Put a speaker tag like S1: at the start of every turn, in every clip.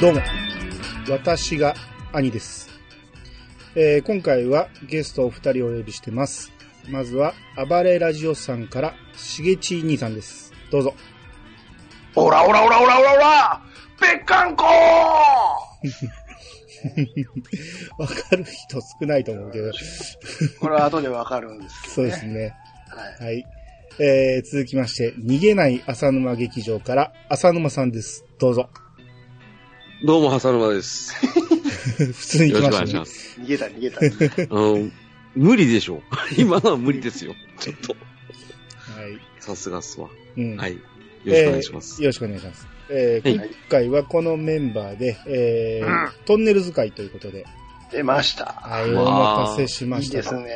S1: どうも、私が兄です。えー今回はゲストお二人をお呼びしてます。まずは、暴れラジオさんから、しげち兄さんです。どうぞ。
S2: オラオラオラオラオラオラぺっかんこ
S1: わかる人少ないと思うけど、
S2: これは後でわかるんですけど。
S1: そうですね。
S2: はい。
S1: はい。えー続きまして、逃げない浅沼劇場から、浅沼さんです。どうぞ。
S3: どうも、浅沼です。
S1: 普通に
S3: よ
S1: 来
S3: ろしく
S1: ま
S3: お
S1: した
S3: 願いし
S1: ね
S3: ま。す。
S2: 逃げた逃げた。
S3: あの、無理でしょ。 今のは無理ですよ。ちょっと、
S1: はい。
S3: さすがっすわ。
S1: うん
S3: はい。よろしくお願いします。
S1: よろしくお願いします。えー
S3: は
S1: 今回はこのメンバーで、えー
S2: うん
S1: トンネル使いということで、
S2: 出ました。
S1: はい、お
S3: わー
S1: 待たせしま
S2: いい
S1: し
S2: です
S1: た。
S2: ね。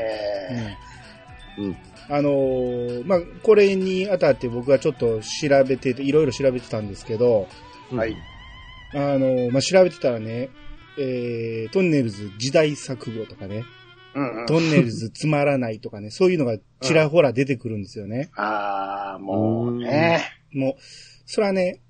S1: うん
S3: うん
S1: あのーまあ、これにあたって僕はちょっと調べてて、いろいろ調べてたんですけど、
S3: うん
S2: はい。
S1: あのーまあ、調べてたらね、えートンネルズ時代錯誤とかね、
S2: うんうん。
S1: トンネルズつまらないとかね、そういうのがちらほら出てくるんですよね。
S2: あー、もうね。
S1: もう、それはね、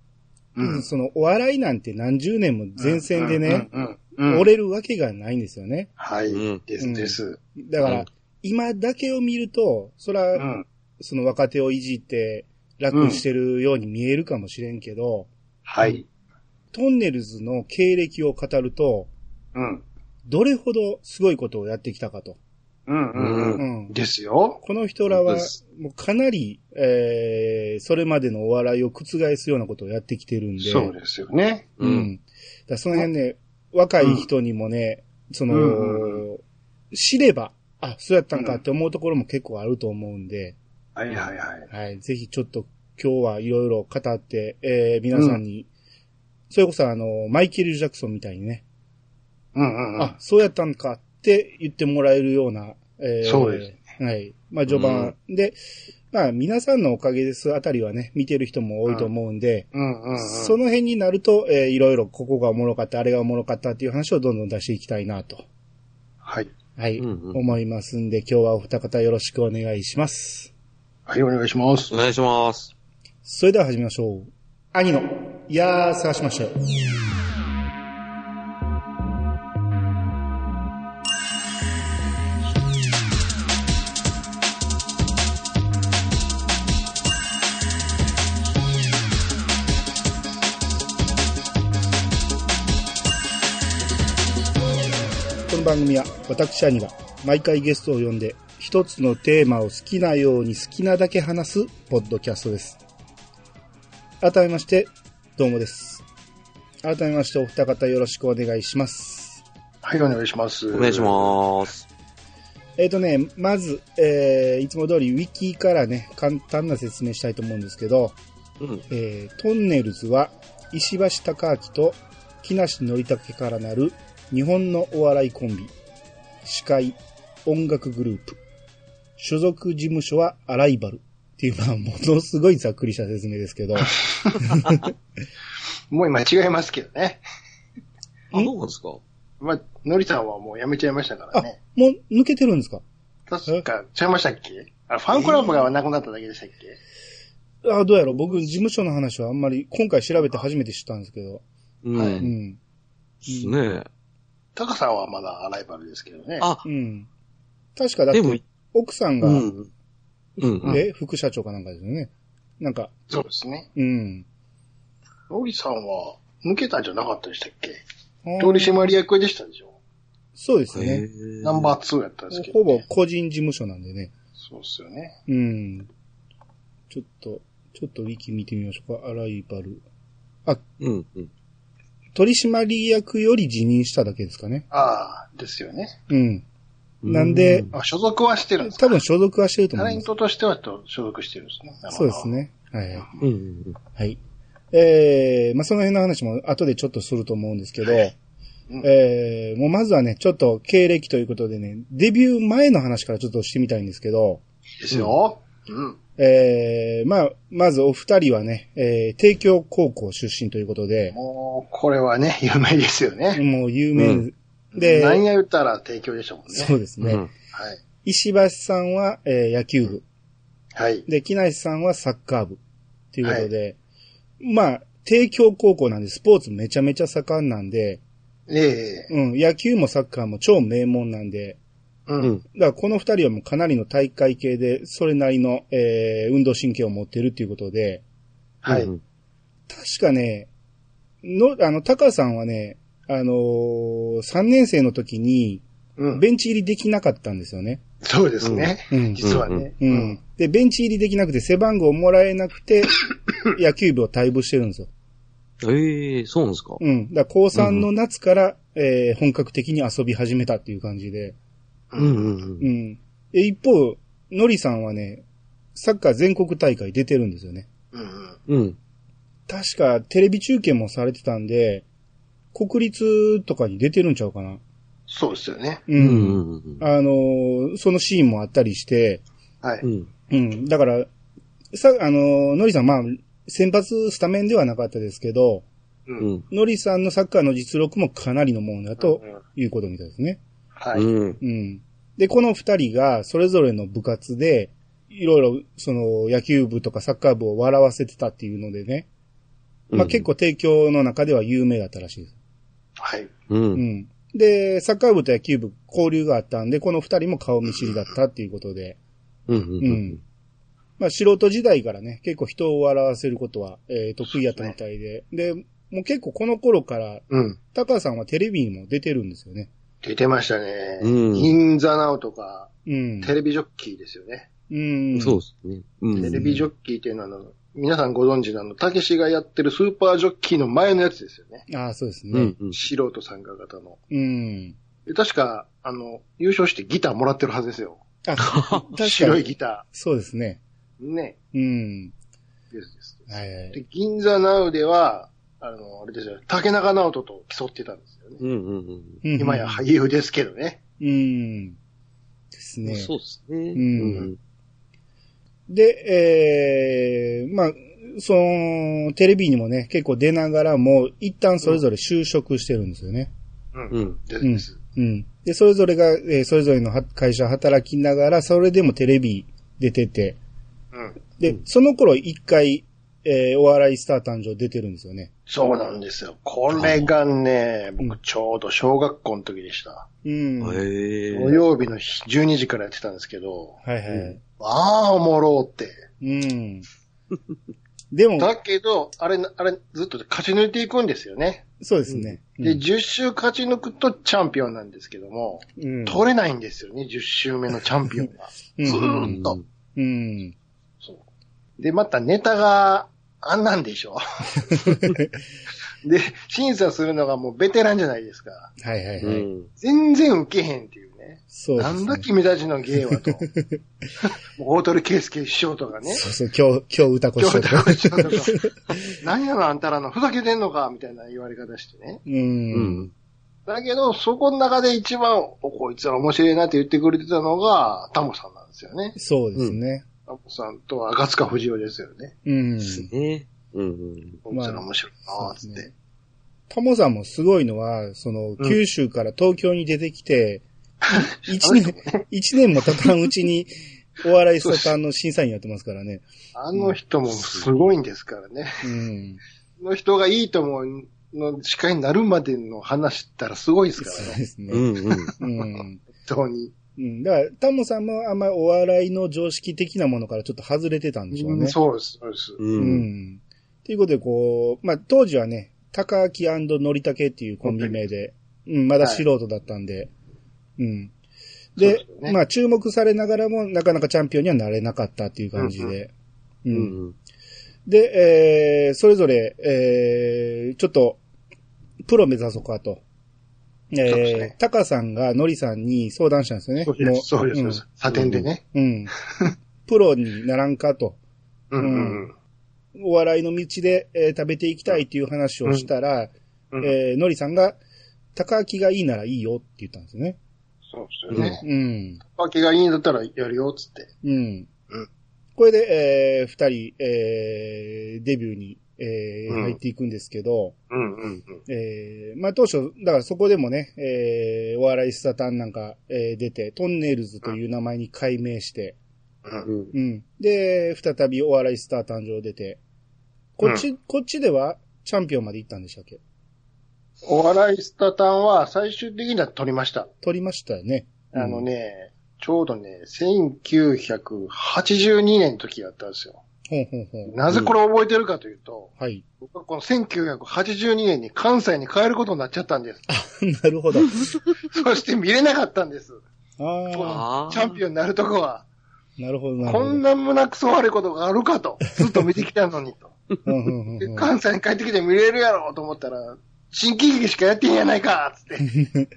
S2: うん。
S1: そのお笑いなんて何十年も前線でね、
S2: うん。うんうん。
S1: 折れるわけがないんですよね。
S2: はい。
S3: うん
S2: ですです。
S1: だから、
S3: うん
S1: 今だけを見ると、そ
S2: うん。
S1: ら、その若手をいじって楽してるように見えるかもしれんけど、
S2: はい。
S1: トンネルズの経歴を語ると、
S2: うん。
S1: どれほどすごいことをやってきたかと。
S2: うんう
S1: う
S2: んうん。
S1: ん。
S2: ですよ。
S1: この人ら
S3: 本当
S1: は
S3: です、
S1: もうかなり、えー、それまでのお笑いを覆すようなことをやってきてるんで。
S2: そうですよね。
S1: う
S3: うんん。。
S1: だからその辺ね、若い人にもね、その、
S2: うん
S1: 知れば、あ、そうやったんかって思うところも結構あると思うんで、
S2: はいはいはい。
S1: はい。ぜひちょっと今日はいろいろ語って、えー、皆さんに、それこそあの、マイケル・ジャクソンみたいにね、
S2: うんうんうん。
S1: あ、そうやったんかって言ってもらえるような、え。
S2: そうです
S1: はい。まあ、序盤、で、まあ、皆さんのおかげですあたりはね、見てる人も多いと思うんで、
S2: うんうんうん。
S1: その辺になると、えーいろいろここがおもろかった、あれがおもろかったっていう話をどんどん出していきたいなと、
S2: はい。
S1: はい、
S3: うんうん
S1: 思いますんで、今日はお二方よろしくお願いします。
S2: はい、お願いします
S3: お。願いします。
S1: それでは始めましょう。兄の、いやー、探しましたよ。この番組は私兄が毎回ゲストを呼んで一つのテーマを好きなように好きなだけ話すポッドキャストです。改めまして、どうもです。改めましてお二方よろしくお願いします。
S2: はい、お願いします。
S3: お願いします。
S1: えっ、とね、まず、えー、いつも通りウィキからね、簡単な説明したいと思うんですけど、
S3: うん。
S1: えートンネルズは石橋貴明と木梨憲武からなる日本のお笑いコンビ司会音楽グループ所属事務所はアライバルっていうまあものすごいざっくりした説明ですけど
S2: もう今違いますけどね。
S3: あ、どうなんですか
S2: まあ、のりさんはもうやめちゃいましたからね。
S1: もう抜けてるんですか
S2: 確か、ちゃいましたっけあファンクラブがなくなっただけでしたっけ、
S1: あどうやろう僕事務所の話はあんまり今回調べて初めて知ったんですけど
S3: う。
S2: は
S1: うんん
S3: ですね
S2: タカさんはまだアライバルですけどね。
S3: あ
S1: う、ん確かだっ
S3: でも
S1: て、奥さんが、
S3: うん。うん。
S1: え副社長かなんかですよねなんか
S2: そうですね。
S1: うん
S2: のりさんは抜けたんじゃなかったでしたっけ取締役でしたでしょ
S1: そうですね、
S3: へ
S2: ナンバー2やったんですけど、
S1: ほ
S2: ね。
S1: ぼ個人事務所なんでね。
S2: そうっすよね。
S1: うん。ちょっと、ちょっとウィキ見てみましょうか。アライバル。
S3: うん。うん。
S1: 取締役より辞任しただけですかね。
S2: ああ、ですよね。
S1: うん。なんで
S2: あ、所属はしてるんですか
S1: 多分所属はしてると
S2: タ
S1: 思
S2: レ
S1: いま
S2: ン
S1: す。
S2: トとしてはと所属してるんですね。なる
S1: そ
S2: ほ
S1: う
S2: ど
S1: です。ね。はい。
S3: うん、うん。
S1: はい。えー、まあ、その辺の話も後でちょっとすると思うんですけど、
S2: うん
S1: えー、もうまずはね、ちょっと経歴ということでね、デビュー前の話からちょっとしてみたいんですけど、
S2: ですよ。うん。
S1: えー、まあ、まずお二人はね、えー、帝京高校出身ということで、
S2: もう、これはね、 有名ですよね。
S1: もう有名で、
S2: 何や言ったら提供でしたもんね。
S1: そうです
S3: うん。
S1: ね。
S3: うん
S2: はい。
S1: 石橋さんは、えー野球部。
S2: はい。
S1: で、木梨さんはサッカー部。ということで、まあ、帝京高校なんでスポーツめちゃめちゃ盛んなんで、
S2: ええ
S1: うん、野球もサッカーも超名門なんで、
S2: う。
S3: うんん。
S1: だからこの二人はもうかなりの体育会系で、それなりの、えー運動神経を持ってるっていうことで、
S2: は
S3: う
S2: い。
S3: ん
S1: 確かね、の、あの、タカさんはね、あのー、3年生の時に、
S2: うん。
S1: ベンチ入りできなかったんですよね。
S2: そうですね。
S1: うん。
S2: 実はね。
S1: う。ん。で、ベンチ入りできなくて、背番号もらえなく て、野球部を退部してるんですよ。
S3: ええそうなんですか。
S1: うん。だから高3の夏から、えー本格的に遊び始めたっていう感じで。
S3: うんうんうん。
S1: うん。で一方、のりさんはね、サッカー全国大会出てるんですよね。
S2: うん。
S3: うん。
S1: 確かテレビ中継もされてたんで、国立とかに出てるんちゃうかな。
S2: そうですよね。
S1: う。
S3: うんんうんうん。
S1: あのーそのシーンもあったりして、
S2: はい。
S3: うん。
S1: うん。だから、さ、あのーのりさん、まあ、先発スタメンではなかったですけど、
S2: う。
S3: うんん。
S1: のりさんのサッカーの実力もかなりのものだと
S2: うん
S1: いうことみたいですね。
S2: は
S3: う
S2: い。
S3: ん。
S1: うん。で、この二人がそれぞれの部活で、いろいろ、その、野球部とかサッカー部を笑わせてたっていうのでね。まあ、結構提供の中では有名だったらしいです。
S2: はい。
S3: う。
S1: うんん。で、サッカー部と野球部交流があったんで、この二人も顔見知りだったっていうことで、
S3: うん。
S1: う
S3: うんん。
S1: まあ、素人時代からね、結構人を笑わせることは、えー得意やったみたいで、で、もう結構この頃から、
S2: うん。
S1: タカさんはテレビにも出てるんですよね。
S2: 出てましたね。
S3: うん
S2: インザナウとか、
S1: うん。
S2: テレビジョッキーですよね。
S1: うん。
S3: そうですね。うん。
S2: テレビジョッキーっていうのは、あの皆さんご存知のあの、たけしがやってるスーパージョッキーの前のやつですよね。
S1: ああ、そうです
S3: う
S1: ね
S3: ん。。うん
S2: 素人参加型の。
S1: うん。
S2: で確か、あの、優勝してギターもらってるはずですよ。
S1: あ、確か
S2: 白い
S1: に。
S2: ギタ
S1: そうですね。
S2: ー。ね。
S1: うん。
S2: ですです。
S1: はいはい、
S2: で、銀座ナウでは、あの、あれですよ、竹中直人と競ってたんですよね。
S3: うんうん
S1: うん
S2: 今や俳優ですけどね。
S1: うん。です
S3: うん。
S1: ね。
S3: そうですね。
S1: ん
S3: うん。
S1: で、えー、まあ、その、テレビにもね、結構出ながらも、一旦それぞれ就職してるんですよね。
S2: うん。
S3: うん
S2: ですです。
S1: うん。で、それぞれが、えーそれぞれのは会社働きながら、それでもテレビ出てて、
S2: うん。
S1: で、
S3: うん
S1: その頃一回、えーお笑いスター誕生出てるんですよね。
S2: そうなんですよ。これがね、
S1: うん
S2: 僕ちょうど小学校の時でした。
S1: うん。はい
S3: へえ。
S2: 土曜日の日12時からやってたんですけど、
S1: はい。
S2: ああ、おもろーって。
S1: うん。で も、
S2: だけど、あれ、あれ、ずっと勝ち抜いていくんですよね。
S1: そうですね。
S2: で、10周勝ち抜くとチャンピオンなんですけども、
S1: うん、
S2: 取れないんですよね、10周目のチャンピオンが。
S1: うん
S2: ず
S3: う
S2: ー
S3: ん
S2: っと。
S1: うん。
S2: そう。で、またネタが、あんなん でしょで、審査するのがもうベテランじゃないですか。
S1: はいはいは
S3: う
S1: い。
S3: ん。
S2: 全然受けへんっていうね。
S1: そうです
S2: な
S1: ね。
S2: んだ君たちの 芸はと。もう大鳥圭介師匠とかね。
S1: そうそう、今日、今日歌子し
S2: 京
S1: た
S2: 都の師匠とか。何やろあんたらの、ふざけてんのかみたいな言われ方してね。
S1: う。
S3: うんん。
S2: だけど、そこの中で一番、おこいつら面白いなって言ってくれてたのが、タモさんなんですよね。
S1: そうですね。
S2: タモさんと赤塚不二夫ですよね。
S1: うん。
S3: ですね。うんうん。
S2: こいつら面白いなーっつって。
S1: タモさんもすごいのは、その、
S2: ん
S1: 九州から東京に出てきて、一年、一年も経たんうちに、お笑いスターの審査員やってますからね。
S2: あの人もすごいんですからね。
S1: うん。
S2: あの人がいいと思うの司会になるまでの話ったらすごいですから
S1: そう
S2: ね。
S1: です
S3: う
S1: ね。
S3: んうん。
S1: うん。
S2: 本当に。
S1: うん。だから、タモさんもあんまりお笑いの常識的なものからちょっと外れてたんでしょうね。
S2: そうです、そうです。
S3: う。
S1: うんん。ということで、こう、まあ、当時はね、高木のりたけっていうコンビ名で、うん、まだ素人だったんで、うん。
S2: そう
S1: で
S2: ですよ、ね
S1: まあ、注目されながらも、なかなかチャンピオンにはなれなかったっていう感じで、う
S3: うんん。
S1: で、えー、それぞれ、えー、ちょっと、プロ目指そうかと。
S2: そうです
S1: え
S2: ね
S1: ー、タカさんがのりさんに相談したんですよね。
S2: そうで
S1: も
S2: す、そうですそうです。サテンでね。
S1: うん。うんプロにならんかと。
S2: うんんうん
S1: お笑いの道で、えー食べていきたいっていう話をしたら、
S2: うん。
S1: えーのりさんが、高明がいいならいいよって言ったんですね。
S2: そうですよね。
S1: うん。
S2: パケがいいんだったらやるよ、つって。
S1: うん
S2: うん。
S1: これで、えー二人、えーデビューに、えー
S2: うん
S1: 入っていくんですけど、
S2: うんうんうん。
S1: えーまあ当初、だからそこでもね、えーお笑いスタタンなんか、えー出て、トンネルズという名前に改名して、
S2: うん
S3: うん。
S1: うん。で、再びお笑いスター誕生出て、こっち、こっちでは、チャンピオンまで行ったんでしたっけ
S2: お笑いスタタンは最終的には取りました。
S1: 取りましたよね。
S2: あのね、ちょうどね、1982年の時だったんですよ。
S1: ほんほんほん。
S2: なぜこれを覚えてるかというと、
S1: はい。
S2: 僕はこの1982年に関西に帰ることになっちゃった んです。
S1: なるほ ど。
S2: そして見れなかったんです。
S1: あ
S3: あ
S2: チャンピオンになるとこは。
S1: あ、なるほど、なる
S2: こ
S1: ほ
S2: ん
S1: ど。
S2: な胸くそ悪いことがあるかと。ずっと見てきたのにと。
S1: うんうんう
S2: で
S1: んうん
S2: 関西に帰ってきて見れるやろうと思ったら、新喜劇しかやってんやないかっつって。どー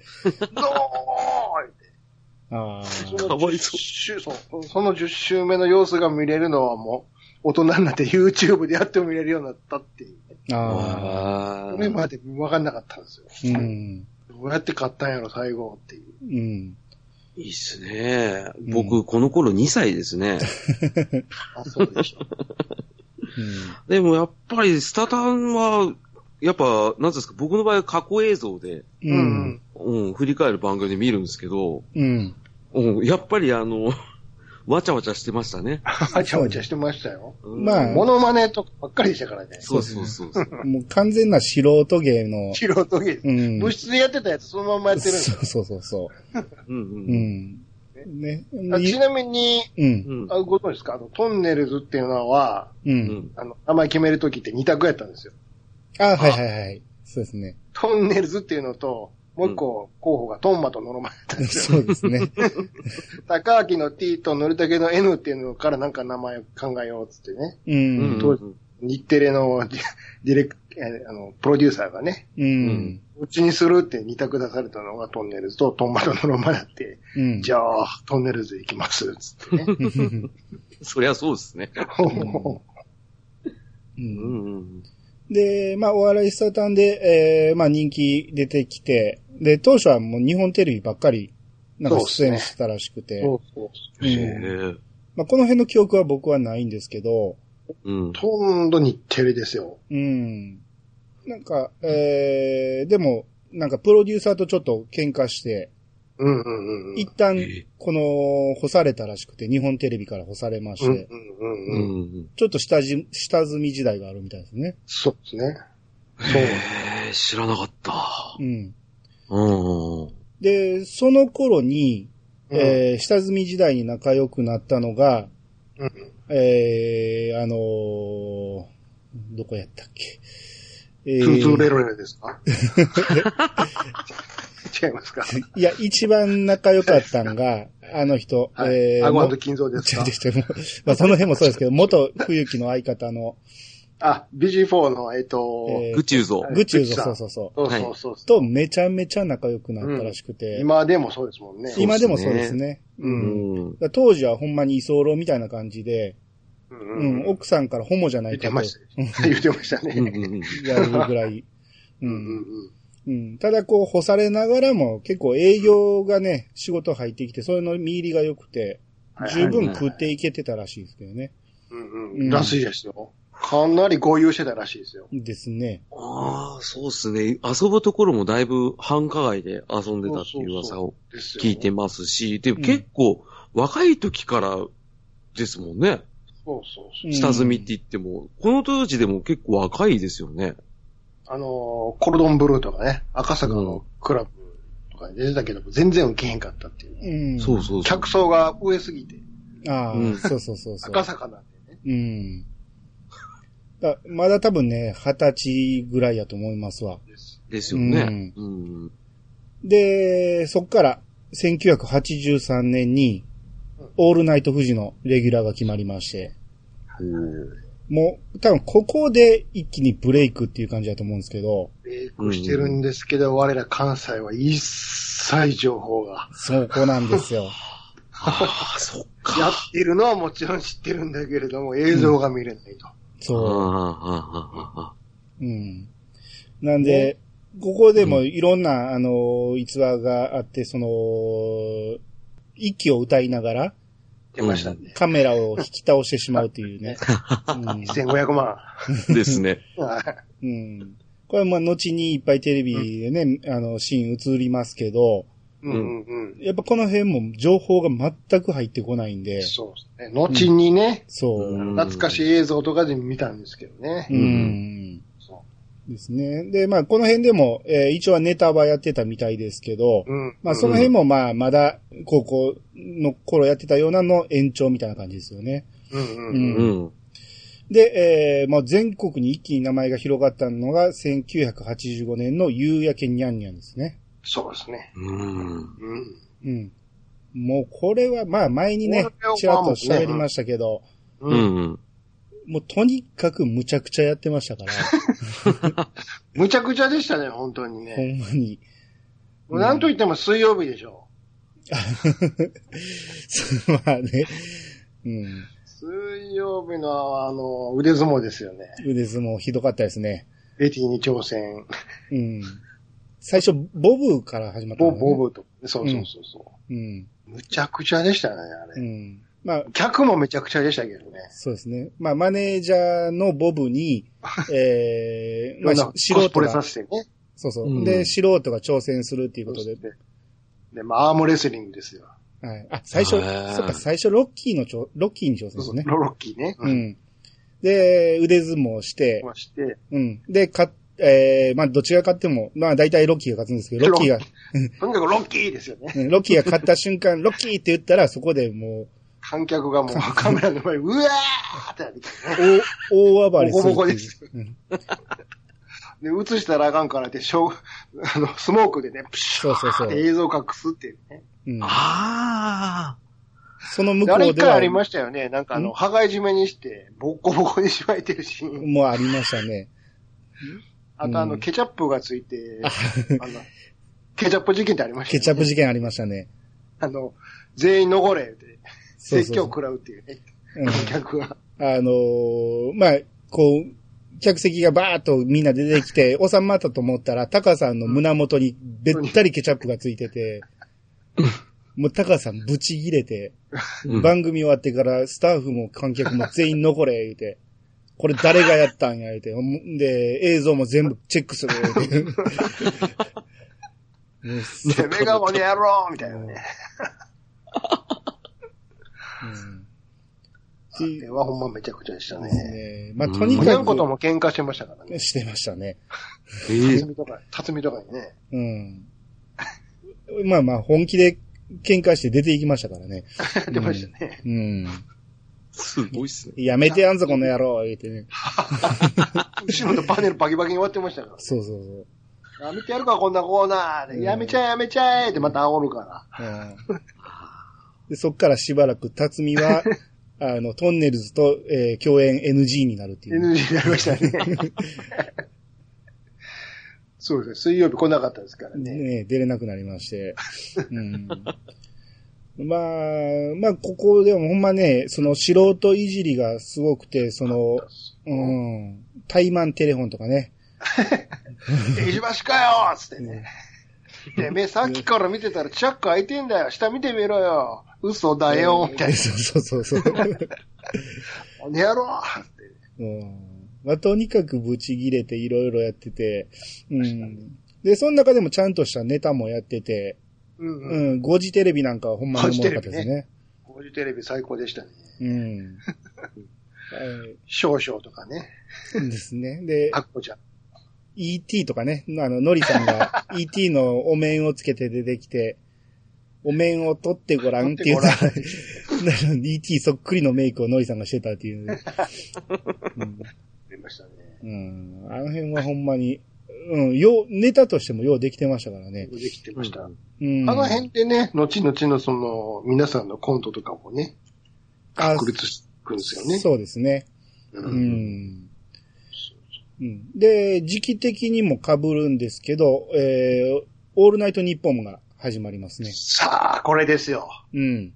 S1: あ
S2: い
S1: あ、
S3: かわいそ
S2: 10
S3: う
S2: 週そうその10週目の様子が見れるのはもう、大人になって YouTube でやっても見れるようになったっていう。
S1: ああ、
S3: あ
S2: これまで分かんなかったんですよ。
S1: うん、
S2: どうやって買ったんやろ、最後っていう。
S1: うん。
S3: いいっすね。
S1: う
S3: 僕、この頃2歳ですね。
S2: あ、そうでした。
S3: でもやっぱり、スタタンは、やっぱ、なんていうんですか、僕の場合は過去映像で、
S1: う
S2: うんん。。
S3: うん、振り返る番組で見るんですけど、
S1: うん。
S3: うん、やっぱりあの、わちゃわちゃしてましたね。
S2: わちゃわちゃしてましたよ。
S3: うん
S1: まあ
S2: モノマネとかばっかりでしたからね。
S3: そうそうそうそう。
S1: もう完全な素人芸の、
S2: 素人芸。
S1: うん。
S2: 部室でやってたやつそのまんまやってるんですよ
S1: そうそうそうそ
S3: うん
S1: う。
S3: う。
S1: うんん。ね。
S2: あちなみに、
S1: うん。
S3: うん
S2: あご存知ですかあの、トンネルズっていうのは、
S1: う。
S3: うんん。
S2: あの、名前決めるときって2択やったんですよ。
S1: あはいはいはい。そうです ね。
S2: トンネルズっていうのと、もう一個候補がトンマとノロマやったんですよ。
S1: そうですね。
S2: 高明の T とノリタケの N っていうのからなんか名前考えようっつってね。
S1: う。
S3: うん
S2: 当時
S3: ん。
S2: 日テレの ディレク、あの、プロデューサーがね、
S1: うん。
S2: うちにするって2択出されたのがトンネルズとトンマとノロマやって、
S1: うん。
S2: じゃあ、トンネルズ行きます、つって ね。
S3: そりゃそうですね。
S1: う。
S3: うんんうん。
S1: で、まあ、お笑いスタータンで、えー、まあ、人気出てきて、で、当初はもう日本テレビばっかり、なんか出演してたらしくて、
S2: そうそう。
S1: うん
S3: へえ。
S1: まあ、この辺の記憶は僕はないんですけど、
S3: う
S2: ほ
S3: ん。
S2: とんど日テレですよ。
S1: うん。なんか、えー、でも、なんかプロデューサーとちょっと喧嘩して、
S2: うんうんうんうん。
S1: 一旦
S3: え、
S1: この、干されたらしくて、日本テレビから干されまし
S2: うん
S1: て、
S2: うん
S3: う
S2: うんうん。
S3: ん。
S1: ちょっと下じ、下積み時代があるみたいですね。
S2: そうですね。そう。
S3: へえ、知らなかった。
S1: うん。
S3: うん。
S1: で、その頃に、
S2: うん
S1: えー下積み時代に仲良くなったのが、
S2: うん
S1: えー、あのーどこやったっけ。え
S2: トゥートゥーレロレですか違いますか
S1: いや、一番仲良かったんが、 あの人、
S2: はい。アゴ
S1: も
S2: アンド金蔵です
S1: ちょっ
S2: か
S1: と待ってまあ、その辺もそうですけど、元冬木の相方の、
S2: あ、ビジフォーの、えっと、
S1: え
S3: 宇宙像。
S1: グチュー
S2: グッチ
S1: ゾ、
S2: さん
S1: そうそうそう。
S2: そうそうそうそう。
S1: と、めちゃめちゃ仲良くなったらしくて、
S2: 今でもそうですもんね。
S1: 今でもそうですね。
S2: う
S3: うんん。
S1: だから当時はほんまに居候みたいな感じで、
S2: うん
S1: う
S2: うん
S1: ん、
S2: うん。
S1: 奥さんからホモじゃな
S2: 言
S1: い
S2: っ
S1: か
S2: て
S1: と
S2: ました。言ってました
S3: うん
S2: ね。
S3: うんうん
S1: 言われるぐらい。う
S2: うん
S1: ん
S2: うん
S1: うん、ただこう、干されながらも、結構営業がね、仕事入ってきて、それの見入りが良くて、
S2: はい
S1: 十分食っていけてたらしいですけどね。
S2: うん
S1: う
S2: うんん。らしいですよ。かなり合流してたらしいですよ。
S1: ですね。
S3: ああ、そうっすね。遊ぶところもだいぶ繁華街で遊んでたっていう噂を
S2: ですよ。
S3: 聞いてますし、で、
S1: ん
S3: 結構若い時からですもんね。
S2: そうそうそうう。
S1: ん
S3: 下積みって言っても、この当時でも結構若いですよね。
S2: あのー、コルドンブルーとかね、赤坂のクラブとかに出てたけど、全然受けへんかったっていう。
S1: うん。
S3: そうそうそう。
S2: 客層が上すぎて、
S1: ああ、
S3: うん
S1: そうそうそうそう。
S2: 赤坂なんでね。
S1: うん。だまだ多分ね、二十歳ぐらいやと思いますわ。
S2: です
S3: ですよね。うん。
S1: で、そっから、1983年に、オールナイト富士のレギュラーが決まりまして、もう、多分ここで一気にブレイクっていう感じだと思うんですけど、
S2: メイクしてるんですけど、我ら関西は一切情報が。
S1: そこなんです よ。
S3: ああ、そっか。
S2: やってるのはもちろん知ってるんだけれども、映像が見れないと。
S3: あ
S1: そ
S3: あ、ああ、あ
S1: う。うん。なんで、ここでもいろんな、あの、逸話があって、その、息を歌いながら、
S2: 出ましたね。
S1: カメラを引き倒してしまうという ね。
S2: 1500万。
S3: あ。ですね。
S1: うん。うんこれまあ後にいっぱいテレビでね、あの、シーン映りますけど、
S2: うんうんうん。
S1: やっぱこの辺も情報が全く入ってこないんで、
S2: そうですね。後にね、
S1: そう。
S3: うん
S2: 懐かしい映像とかで見たんですけどね。
S1: うん。
S2: そう
S1: ですね。で、まあ、この辺でも、えー一応はネタはやってたみたいですけど、
S2: うん。
S1: まあ、その辺もまあ、まだ高校の頃やってたようなの延長みたいな感じですよね。
S2: うん
S1: う
S2: うんん。
S3: うん。
S1: で、えー、もう全国に一気に名前が広がったのが、1985年の夕焼けにゃんにゃんですね。
S2: そうですね。
S3: うん。
S2: うん。
S1: うん。もうこれは、まあ前にね
S2: これは、
S1: ちらっと喋りましたけど、
S3: う
S2: うん。
S3: ん。
S1: もうとにかくむちゃくちゃやってましたから、
S2: むちゃくちゃでしたね、本当に
S1: ほ
S2: ね。
S1: んまに。
S2: もうなんといっても水曜日でしょ。
S1: そうまあね、うん。
S2: 水曜日の、あの、腕相撲ですよね。
S1: 腕相撲ひどかったですね。
S2: ベティに挑戦。
S1: うん。最初、ボブから始まった、
S2: ボ
S1: ね。。
S2: ブ、ボブと。そうそうそうそう
S1: ん。
S2: う。むちゃくちゃでしたね、あ
S1: う
S2: れ。
S1: ん。まあ、
S2: 客もめちゃくちゃでしたけどね。
S1: そうですね。まあ、マネージャーのボブ に、えー、まあ、
S2: いろんな
S1: し
S2: コ
S1: 素
S2: スプ
S1: 人
S2: レさ
S1: が、
S2: せてね。
S1: そうそう。
S3: うん
S1: で、素人が挑戦するっていうことで、
S2: で、でまあ、アームレスリングですよ。
S1: はい。あ、最初、
S3: へー
S1: そっか、最初、ロッキーのちょ、ロッキーに挑
S2: そ
S1: 戦
S2: う
S1: で
S2: そ
S1: す
S2: う
S1: ね。
S2: ロロッキーね。
S1: う。ん。で、腕相撲して、
S2: まして、
S1: うん。で、か、えー、まあ、どっちが勝っても、まあ、大体ロッキーが勝つんですけど、ロッキーが、
S2: とにかくロッキーですよね。
S1: うんロッキーが勝った瞬 間、ロッキーって言ったら、そこでも
S2: 観客がもうカメラの前に、うわーってなってきてね。
S1: う、大、大暴れするっていう。
S2: ボコボコです
S1: うん
S2: で、映したらあかんからって、しょう、あの、スモークでね、プシ
S1: そ
S2: ュ
S1: うそうそ
S2: ー
S1: う
S2: って映像隠すっていうね。
S1: うん。
S3: ああ。
S1: その向こ
S2: あれ
S1: う
S2: 一
S1: で
S2: 回
S1: は
S2: あ、りましたよね。なんかあ
S1: ん
S2: の、羽交い締めにして、ボッコボコにしまいてるシーン。
S1: もうありました ね。
S2: あとあの、ケチャップがついて、あの、ケチャップ事件ってありました
S1: ケ
S2: よね。
S1: チャップ事件ありました ね。
S2: あの、全員残れって、
S1: そう
S2: 説
S1: そうそ
S2: 教
S1: う
S2: 食らうっていうね、
S1: うん
S2: 観客が。
S1: あのーまあ、こう、客席がバーっとみんな出てき て、収まったと思ったら、タカさんの胸元にべったりケチャップがついて て、もうタカさんブチ切れて、
S3: うん
S1: 番組終わってからスタッフも観客も全員残れ、言うて。これ誰がやったんや、言うて。んで、映像も全部チェックする、 言うて。もうす
S2: てめえがこの野郎みたいなね。
S1: うんって
S2: あ
S1: い
S2: れ
S1: う
S2: はほんまめちゃくちゃでした
S1: です
S2: ね。
S1: ね。まあ、
S3: うん
S1: とにか
S2: もう
S1: く。
S2: やんことも喧嘩してましたからね。
S1: してましたね。
S3: ええ
S2: 辰巳とか、辰巳とかにね。
S1: うん。まあまあ、本気で喧嘩して出ていきましたからね。
S2: 出ましたね。
S1: うん。
S3: すごいっすね。
S1: やめてやんぞ、この野郎言ってね。
S2: 後ろのパネルバキバキに割ってましたから。
S1: そうそうそう。
S2: やめてやるか、こんなコーナーで。やめちゃえ、やめちゃえってまた煽るから。
S1: うん、でそっからしばらく、辰巳 は、あの、トンネルズと、えー共演 NG になるっていう。
S2: NG になりました ね。そうですね。水曜日来なかったですからね。
S1: ね出れなくなりまして。うん、まあ、まあ、ここでもほんまね、その素人いじりがすごくて、その、うん、対マンテレフォンとかね。
S2: 手石橋かよつってね。てめえさっきから見てたらチャック開いてんだよ。下見てみろよ。嘘だよ。みたいな。
S1: そうそうそう そう。
S2: この野郎って。
S1: うん。まあ、とにかくブチ切れていろいろやってて、うん。で、その中でもちゃんとしたネタもやってて、
S2: うん
S1: う
S2: う
S1: ん、
S2: ん。
S1: 5時テレビなんかはほんまに面白かったですね。
S2: こういうテレビ最高でしたね。
S1: うん。
S2: 少々とかね。
S1: はい。ですね。で、
S2: かっこちゃん。
S1: E.T. とかね、あの、のりさんが E.T. のお面をつけて出てきて、お面を取ってごらんっていう
S2: 取
S1: さ、
S2: って
S1: あの E.T. そっくりのメイクをのりさんがしてたって いう。うん
S2: ありましたね。
S1: うんあの辺はほんまに、うん、よう、ネタとしてもようできてましたからね。
S2: できてました。
S1: うん。
S2: あの辺でね、後々のその、皆さんのコントとかもね、
S1: あ
S2: 確立してくるんですよね。
S1: そうですね。う。
S2: うん
S1: うん、で、時期的にも被るんですけど、えー、オールナイトニッポンが始まりますね。
S2: さあ、これですよ。
S1: うん。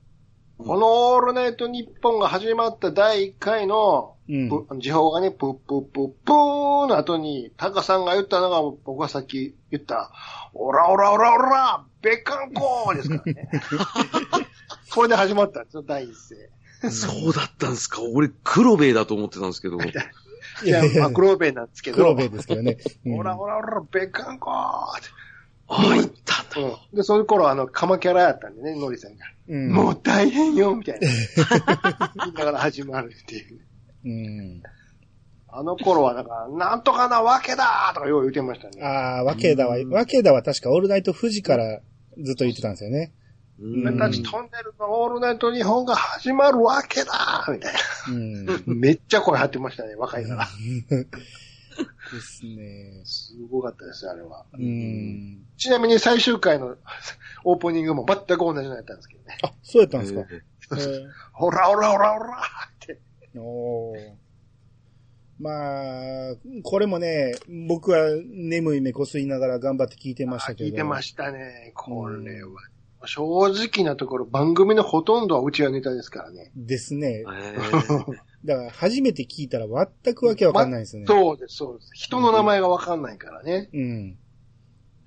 S2: このオールナイトニッポンが始まった第1回の、
S1: うん。
S2: ぷ時報がね、ぷっぷっぷっぷーの後に、タカさんが言ったのが、僕がさっき言った、オラオラオラオラ、別館校ですから ね。これで始まったんですよ、第一
S3: そうだったんすか。俺、黒兵衛だと思ってたんですけど。
S2: 声。いや、まあ、黒部なんですけど。
S1: 黒部ですけどね。うん
S2: オラオラオラ、別館校
S3: あ、いったん
S2: って。
S3: だ。
S2: うん。で、その頃、あの、カマキャラやったんでね、ノリさんが。
S1: うん。
S2: もう 大変よ、みたいな。だから始まるっていう。
S1: うん。
S2: あの頃は、だから、なんとかなわけだとかよう言ってましたね。
S1: ああ、わけだわ
S3: う。ん
S1: わけだは確かオールナイト富士からずっと言ってたんですよね。
S3: うん
S2: 俺たちトンネルのオールナイト日本が始まるわけだみたいな。
S1: うん。
S2: めっちゃ声張ってましたね、若いから。
S1: ですね。
S2: すごかったですよ、あれは。
S1: うん。
S2: ちなみに最終回の オープニングも全く同じのやったんですけどね。
S1: あ、そうやったんですか。
S3: え
S1: へ
S2: オラオラオラオラって。
S1: えおーまあ、これもね、僕は眠い目こすりながら頑張って聞いてましたけど。
S2: 聞いてま
S1: し
S2: したね、これは。正直なところ、番組のほとんどはうちはネタですからね。
S1: ですね。
S3: ー
S1: だから初めて聞いたら全くわけわかんないですね。
S2: そうです、そうです。人の名前がわかんないからね。
S1: うん。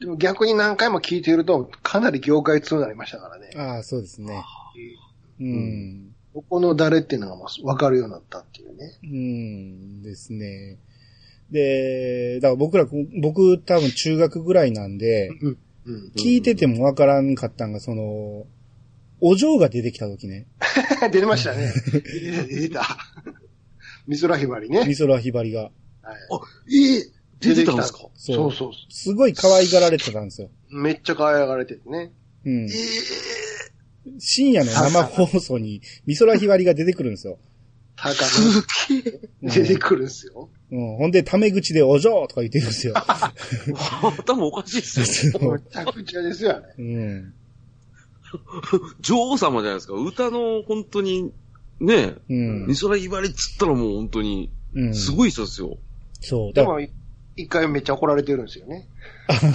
S2: でも逆に何回も聞いていると、かなり業界通になりましたからね。
S1: ああ、そうですね。うん。
S2: ここの誰っていうのがもうわかるようになったっていうね。
S1: うんですね。で、だから僕ら、僕多分中学ぐらいなんで、
S2: うん。うん。
S1: 聞いててもわからんかったんが、その、お嬢が出てきた時ね、
S2: 出てまし たね。出てた。美空ひばりね。
S1: 美空ひばりが、
S2: はい
S3: えー出てたんですか
S1: そう
S2: そうそうそ
S1: すごい可愛がられてたんですよ。
S2: う。めっちゃ可愛がられててね。
S1: うん
S3: え。
S1: 深夜の生放送に美空ひばりが出てくるんですよ。
S2: 高
S3: ー
S2: 野
S3: すげえ。
S2: 出てくるんですよ。
S1: うん。ほんで、タメ口でお嬢とか言ってるんですよ。
S3: 頭おかしいっすよ。
S2: めちゃくちゃですよ、ね。
S1: うん。
S3: 女王様じゃないですか。歌の本当に、ね
S1: う
S3: え、
S1: ん
S3: 美。空ひばりっつったらもう本当に、
S1: うん。
S3: すごい人ですよ。
S1: そう。
S2: で
S1: だから
S2: も、い一回めっちゃ怒られてるんです よね。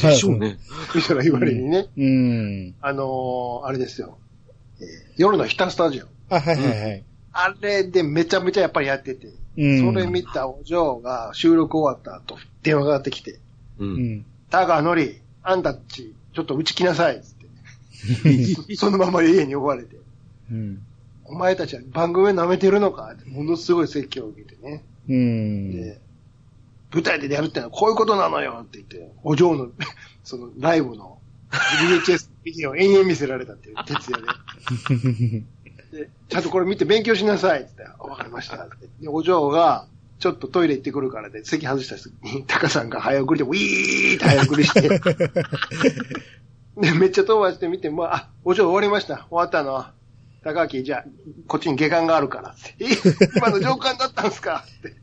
S3: でしょうね。
S2: 美空ひばりにね。
S1: うん。
S2: あのー、あれですよ。えー夜のひたスタジオ。
S1: あ、はいはいはい。
S2: あれでめちゃめちゃやっぱりやってて、
S1: うん。
S2: それ見たお嬢が収録終わった後、電話がかかってきて、
S1: う
S3: う。
S1: んん。
S2: タガのり、あんたっち、ちょっとうち来なさいっつ って。そのまま家に呼ばれて。
S1: うん。
S2: お前たちは番組を舐めてるのかってものすごい説教を受けてね。
S1: うん。
S2: で、舞台でやるってのはこういうことなのよって言って、お嬢の、そのライブの VHS ビデオを延々見せられたっていう、徹夜で。でちゃんとこれ見て勉強しなさいって言って、あわかりましたって。で、お嬢が、ちょっとトイレ行ってくるからで、席外した人に、タカさんが早送りで、ウィーって早送りして、で、めっちゃ飛ばして見て、まあ、あ、お嬢終わりました。終わったの。高木、じゃあ、こっちに下巻があるからって。え今の上巻だったんすかって。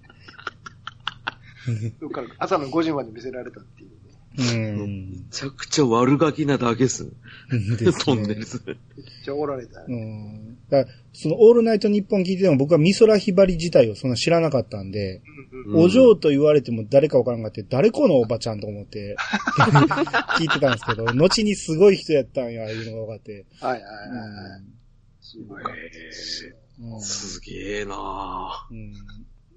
S2: そっから朝の5時まで見せられたっていうね。
S1: うん。
S3: めちゃくちゃ悪ガキなだけっすね。
S1: ですね
S3: トンネルズ。
S2: めっちゃおられた。
S1: うん。だからその、オールナイト日本聞いてても僕は美空ひばり自体をそんな知らなかったんで、
S2: うん
S3: うん
S1: お嬢と言われても誰かわからんかって、誰このおばちゃんと思って聞いてたんですけど、後にすごい人やったんや、いうのが分かって。
S2: はいはいはいはい。すごいかったですよ。
S1: うんうん
S3: すげえな
S1: うん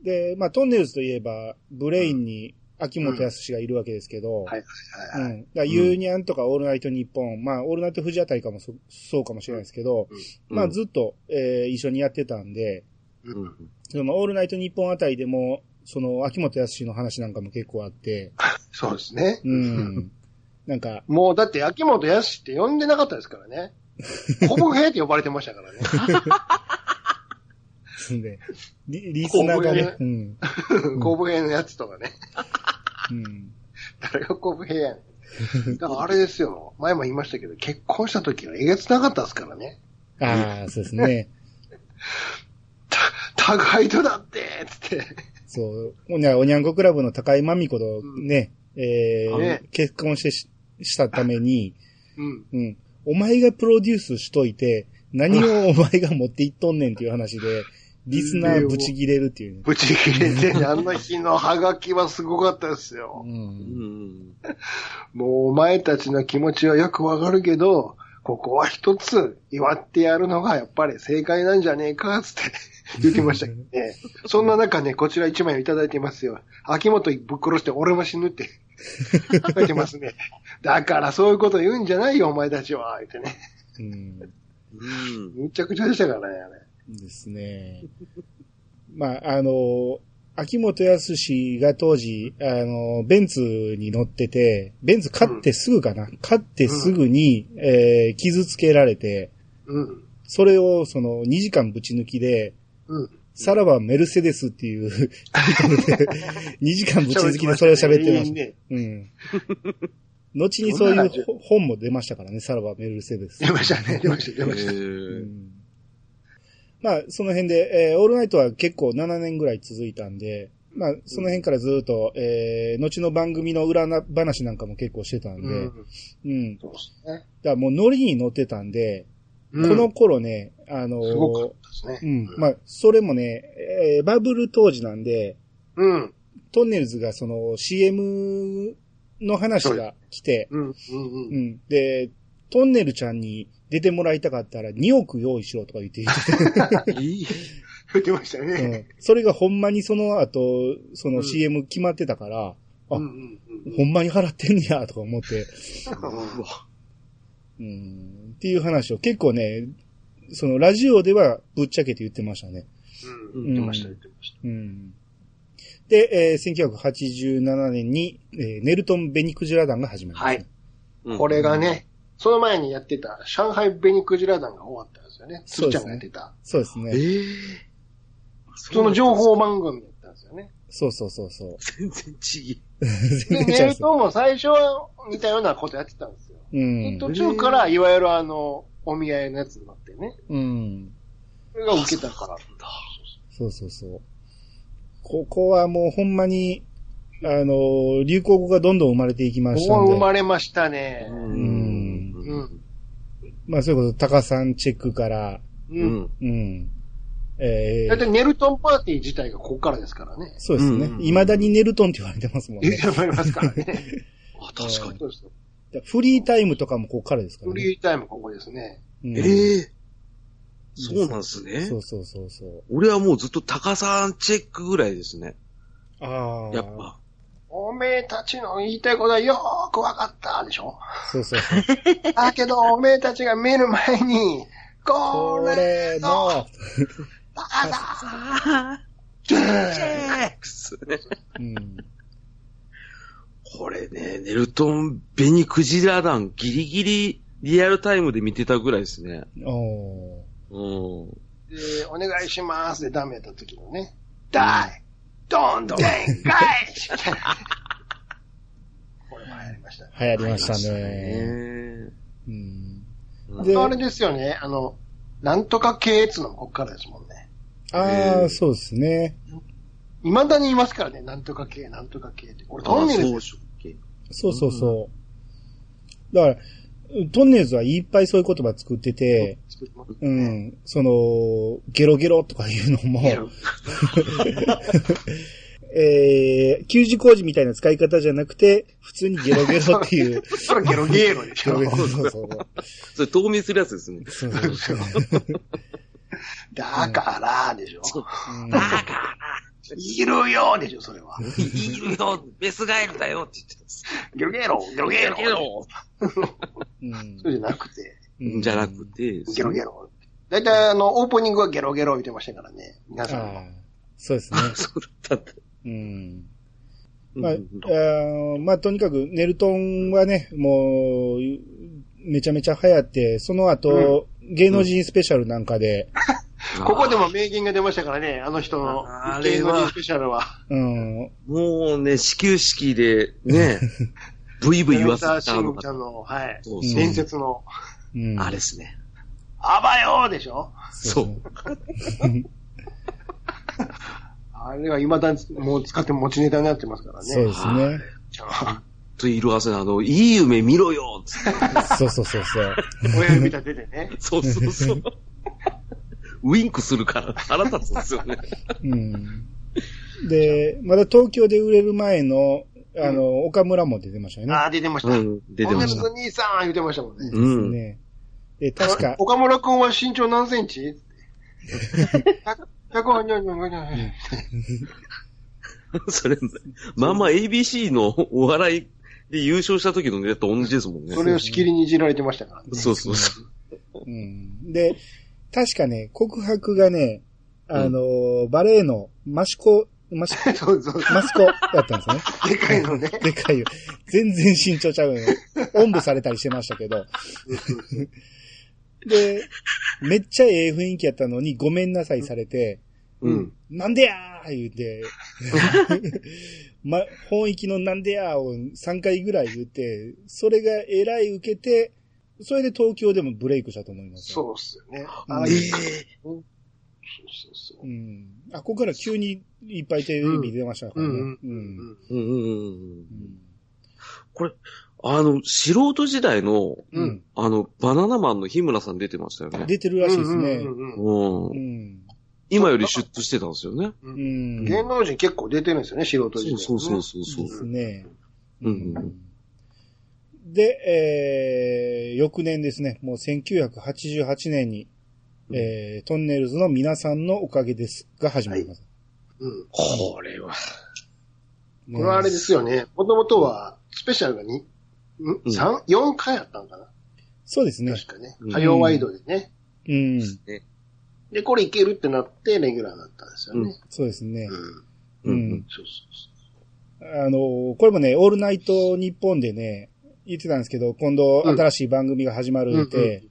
S1: で、まあ、トンネルズといえば、ブレインに秋元康がいるわけですけど、
S2: はいは
S1: う
S2: いはい。
S1: ん。だからユーニャンとかオールナイトニッポン、まあ、オールナイト富士あたりかもそそうかもしれないですけど、
S3: うん
S1: まあ、ずっと、えー一緒にやってたんで、
S3: ぁ。うん
S1: その、オールナイトニッポンあたりでも、その、秋元康の話なんかも結構あって、
S2: そうですね。
S1: うん。なんか、
S2: もうだって秋元康って呼んでなかったですからね。ほぼへって呼ばれてましたからね。
S1: すんで、 リリスナーがね、うん。
S2: 公募兵のやつとかね。
S1: うん。
S2: 誰が公募兵やん。だからあれですよ。前も言いましたけど、結婚した時はえげつなかったですからね。
S1: ああ、そうですね。
S2: た、互いとだってつって。
S1: そう、おにゃおにゃんこクラブの高井真美子とね、えー
S2: ね
S1: 結婚してししたために、
S2: うん。
S1: うん。お前がプロデュースしといて、何をお前が持っていっとんねんっていう話 で、リスナーぶち切れるっていうね。
S2: ぶち切れてね、あの日のハガキはすごかったですよ
S1: う。。
S3: うんん。
S2: もうお前たちの気持ちはよくわかるけど、ここは一つ祝ってやるのがやっぱり正解なんじゃねえか、 つって言ってましたけどね。そんな中ね、こちら一枚をいただいてますよ。秋元ぶっ殺して俺も死ぬって 書いてますね。だからそういうこと言うんじゃないよ、お前たちは。言ってね。
S1: うん。
S3: うん。
S2: むちゃくちゃでしたからね、あれ。
S1: ですね。まあ、あの、秋元康が当時、あの、ベンツに乗ってて、ベンツ買ってすぐかな、買ってすぐに、えー傷つけられて、
S2: うん。
S1: それをその2時間ぶち抜きで、
S2: うん。
S1: さらばメルセデスって いうタイトルで、2時間ぶち続きでそれを喋ってました。
S2: ね。
S1: うん。後にそう
S2: どんな
S1: いう
S2: ラジオ
S1: ほ本も出ましたからね、さらばメルセデス。
S2: 出ましたね、出ました、出ました。
S1: う
S3: ー
S1: んまあ、その辺で、えーオールナイトは結構7年ぐらい続いたんで、まあ、その辺からずっと、えー後の番組の裏な話なんかも結構してたんで、
S2: う
S1: うん。
S2: ん。
S1: だか
S2: そうですね。
S1: らもうノリに乗ってたんで、
S2: うん
S1: この頃ね、あのー
S2: すごかったですね。
S1: うん。まあ、それもね、えーバブル当時なんで、
S2: うん。
S1: トンネルズがその CM の話が来て、
S2: うん。うん。
S1: う
S2: うん。
S1: ん。で、トンネルちゃんに出てもらいたかったら2億用意しろとか言って
S3: いい
S2: 出てましたね。
S1: うんそれがほんまにその後、そうの
S2: ん
S1: CM 決まってたから、あ
S2: うん。うん。うん
S1: ほんまに払ってんねや、とか思って、
S3: うわ
S1: うん、っていう話を結構ね、そのラジオではぶっちゃけて言ってましたね。
S2: うん。言ってました、言ってまし
S1: うん、で、えー1987年に、えーネルトン・ベニクジラ団が始まり
S2: た。
S1: ました、
S2: はい。これがね、その前にやってた、上海ベニクジラ団が終わったんですよね。つ
S1: そう
S2: っ
S1: ですね
S2: ちゃんがやってた。
S1: そうです
S3: え
S1: ね。
S3: ー
S2: その情報番組だったんですよね。
S1: そうそうそうそう。
S3: 全然違え。
S1: 全
S2: で、
S1: 然
S2: ネ
S1: 違う
S2: ルトンも最初は似たようなことやってたんですよ。
S1: うん。
S2: 途中から、いわゆるあの、お見合いのやつになってね。
S1: うん。
S2: それが受けたから。
S1: そうそうそう。ここはもうほんまに、あのー流行語がどんどん生まれていきま
S2: こ
S1: した
S2: こ
S1: んで。
S2: 生まれましたね。
S1: ん
S2: うん。
S1: まあ、それこそ、タカさんチェックから、
S2: う。
S3: うんん。
S1: うん。え
S2: だ
S1: ー
S2: ってネルトンパーティー自体がここからですからね。
S1: そうですね。
S3: うん
S1: 未だにネルトンって言われてますもん
S2: 言
S1: ね
S2: っ。 てもらいますからね。
S3: あ、確かに。
S2: そうそう
S1: フリータイムとかもここからですから
S2: フ
S1: ね。
S2: リータイムここですね。
S1: うん
S3: ええそうなんですね
S1: そ。うそうそうそう。
S3: 俺はもうずっと高さんチェックぐらいですね。
S1: ああ。
S3: やっ。ぱ。
S2: おめえたちの言いたいことはよーくわかったでしょ
S1: そうそうそう。
S2: だけど、おめえたちが見る前に、こ
S1: こ
S2: れ、
S1: れの、
S2: バカだ
S1: うん。
S3: これね、ネルトン・ベニクジラ団ギリギリリアルタイムで見てたぐらいですね。
S1: おー
S3: うん。
S2: でお願いしますでダメやった時のね、ダイどんどん展開これも流行りましたね。
S1: 流行りました
S3: あり
S1: ね。
S3: ね
S1: うん。
S3: うん
S1: で
S2: あとあれですよね、あの、なんとか系っつうのもこっからですもんね。
S1: あ
S3: え
S1: あ、
S3: ー
S1: そうですね。
S2: 未だにいますからね、なんとか系、なんとか系って。これトンネ
S3: あ
S2: ル
S3: そう
S2: で。
S3: ですしょっけ
S1: そうそうそう。だから、トンネルズはいっぱいそういう言葉作ってて、うん。その、ゲロゲロとかいうのも、 えー、給仕工事みたいな使い方じゃなくて、普通にゲロゲロっていう。
S2: それゲロゲロでし
S1: ゲロ
S2: ょ
S1: ゲ。ロそうそうそう。
S3: それ冬眠するやつですね。
S1: そうそうそう
S2: だからでしょ。
S1: うん
S2: いるよでしょ、それは。
S3: いるよ、メスガエルだよって言ってたんです。
S2: ゲロゲロ、ゲロゲロ。
S1: うん
S2: そうじゃなくて、
S1: うん
S3: じゃなくて、
S2: ゲロゲロ。だいたいあの、オープニングはゲロゲロ言ってましたからね。皆さん
S1: あ
S2: も。
S1: ーそうですね。
S3: そうだったんだ。
S1: うん。まあ、あ
S3: う
S1: ーまあ、とにかく、ネルトンはね、もう、めちゃめちゃ流行って、その後、芸能人スペシャルなんかで、
S3: ん
S2: ここでも名言が出ましたからね、あの人の
S3: あ、れ
S2: 芸能
S3: は
S2: 人スペシャルは。
S1: うん、
S3: もうね、始球式で、ね、ブイブイ言わせ
S2: 柳沢
S3: た
S2: 慎
S3: の
S2: 吾ちゃ
S3: が、
S2: んの、はい。
S3: そ
S1: う
S3: う
S1: ん
S3: そう、
S2: 伝説の、
S1: うん。
S3: あれですね。
S2: あばよーでしょ
S3: そう。
S2: あれは未だにもう使って持ちネタになってますからね。
S1: そうですね。
S3: と色あせの、あの、いい夢見ろよつって
S1: そうそうそうそう。
S2: 親指立ててね。
S3: そうそうそう。ウィンクするから腹立つんですよね。
S1: うん。で、まだ東京で売れる前の、あの、岡村も出てましたよね。
S2: ああ、出てました。女
S3: うん、出てまし
S2: の
S3: た
S2: 子。兄さん言ってましたもんね。
S1: で
S3: う
S1: す
S3: ん。
S1: ね。で、確 か、
S2: 岡村くんは身長何センチ100にょにょにょにょにょ
S3: それ、まあまあ ABC のお笑いで優勝した時のネタと同じですもんね
S2: そ。れをしきりにいじられてましたからね。
S3: そうそうそう。
S1: うん。で、確かね、告白がね、あのーバレエの益子、益子、
S2: そうそう。
S1: マスコだったんですね。
S2: でかいのね。
S1: でかいよ。全然身長ちゃうよ。おんぶされたりしてましたけど。で、めっちゃええ雰囲気やったのに、ごめんなさいされて、
S3: うん。
S1: なんでやー言う て、ま、本域のなんでやーを3回ぐらい言って、それがえらい受けて、それで東京でもブレイクしたと思いますよ。
S2: そうっすよね。
S1: うん
S2: ああ
S3: え
S2: いうそう
S3: え
S2: そうそうう。
S1: ん。あ、ここから急にいっぱいテレビ出ましたからね。
S2: うん。う
S1: うん
S2: ん。
S3: うんうんうんうん
S1: うん
S3: あの、素人時代の、
S2: う
S1: うんん。
S3: あの、バナナマンの日村さん出てましたよね。
S1: 出てるらしいですね。
S2: うんうん
S3: う。
S1: うんん。
S3: 今よりシュッとしてたんですよね。
S2: う
S1: うんん。
S2: 芸能人結構出てるんですよね、素人時代ね。
S3: そうそうそうそうそう
S1: で。すね。
S3: うん
S1: で、えー、翌年ですね、もう1988年に、
S3: うん
S1: えー、トンネルズの皆さんのおかげですが始まります。
S2: うん。
S3: これは。
S1: ね
S2: これはあれですよね。もともとは、スペシャルがに
S3: うん
S2: ん三四回あったんかな
S1: そうですね。
S2: 確かね
S3: うん。
S2: 火曜ワイドでね。
S1: うん。
S2: で、これいけるってなって、レギュラーになったんですよね。
S1: そうですね
S2: うん。。
S1: う
S3: うんん。
S2: そうそうそ
S1: あのー、これもね、オールナイト日本でね、言ってたんですけど、今度
S2: うん
S1: 新しい番組が始まるって、うん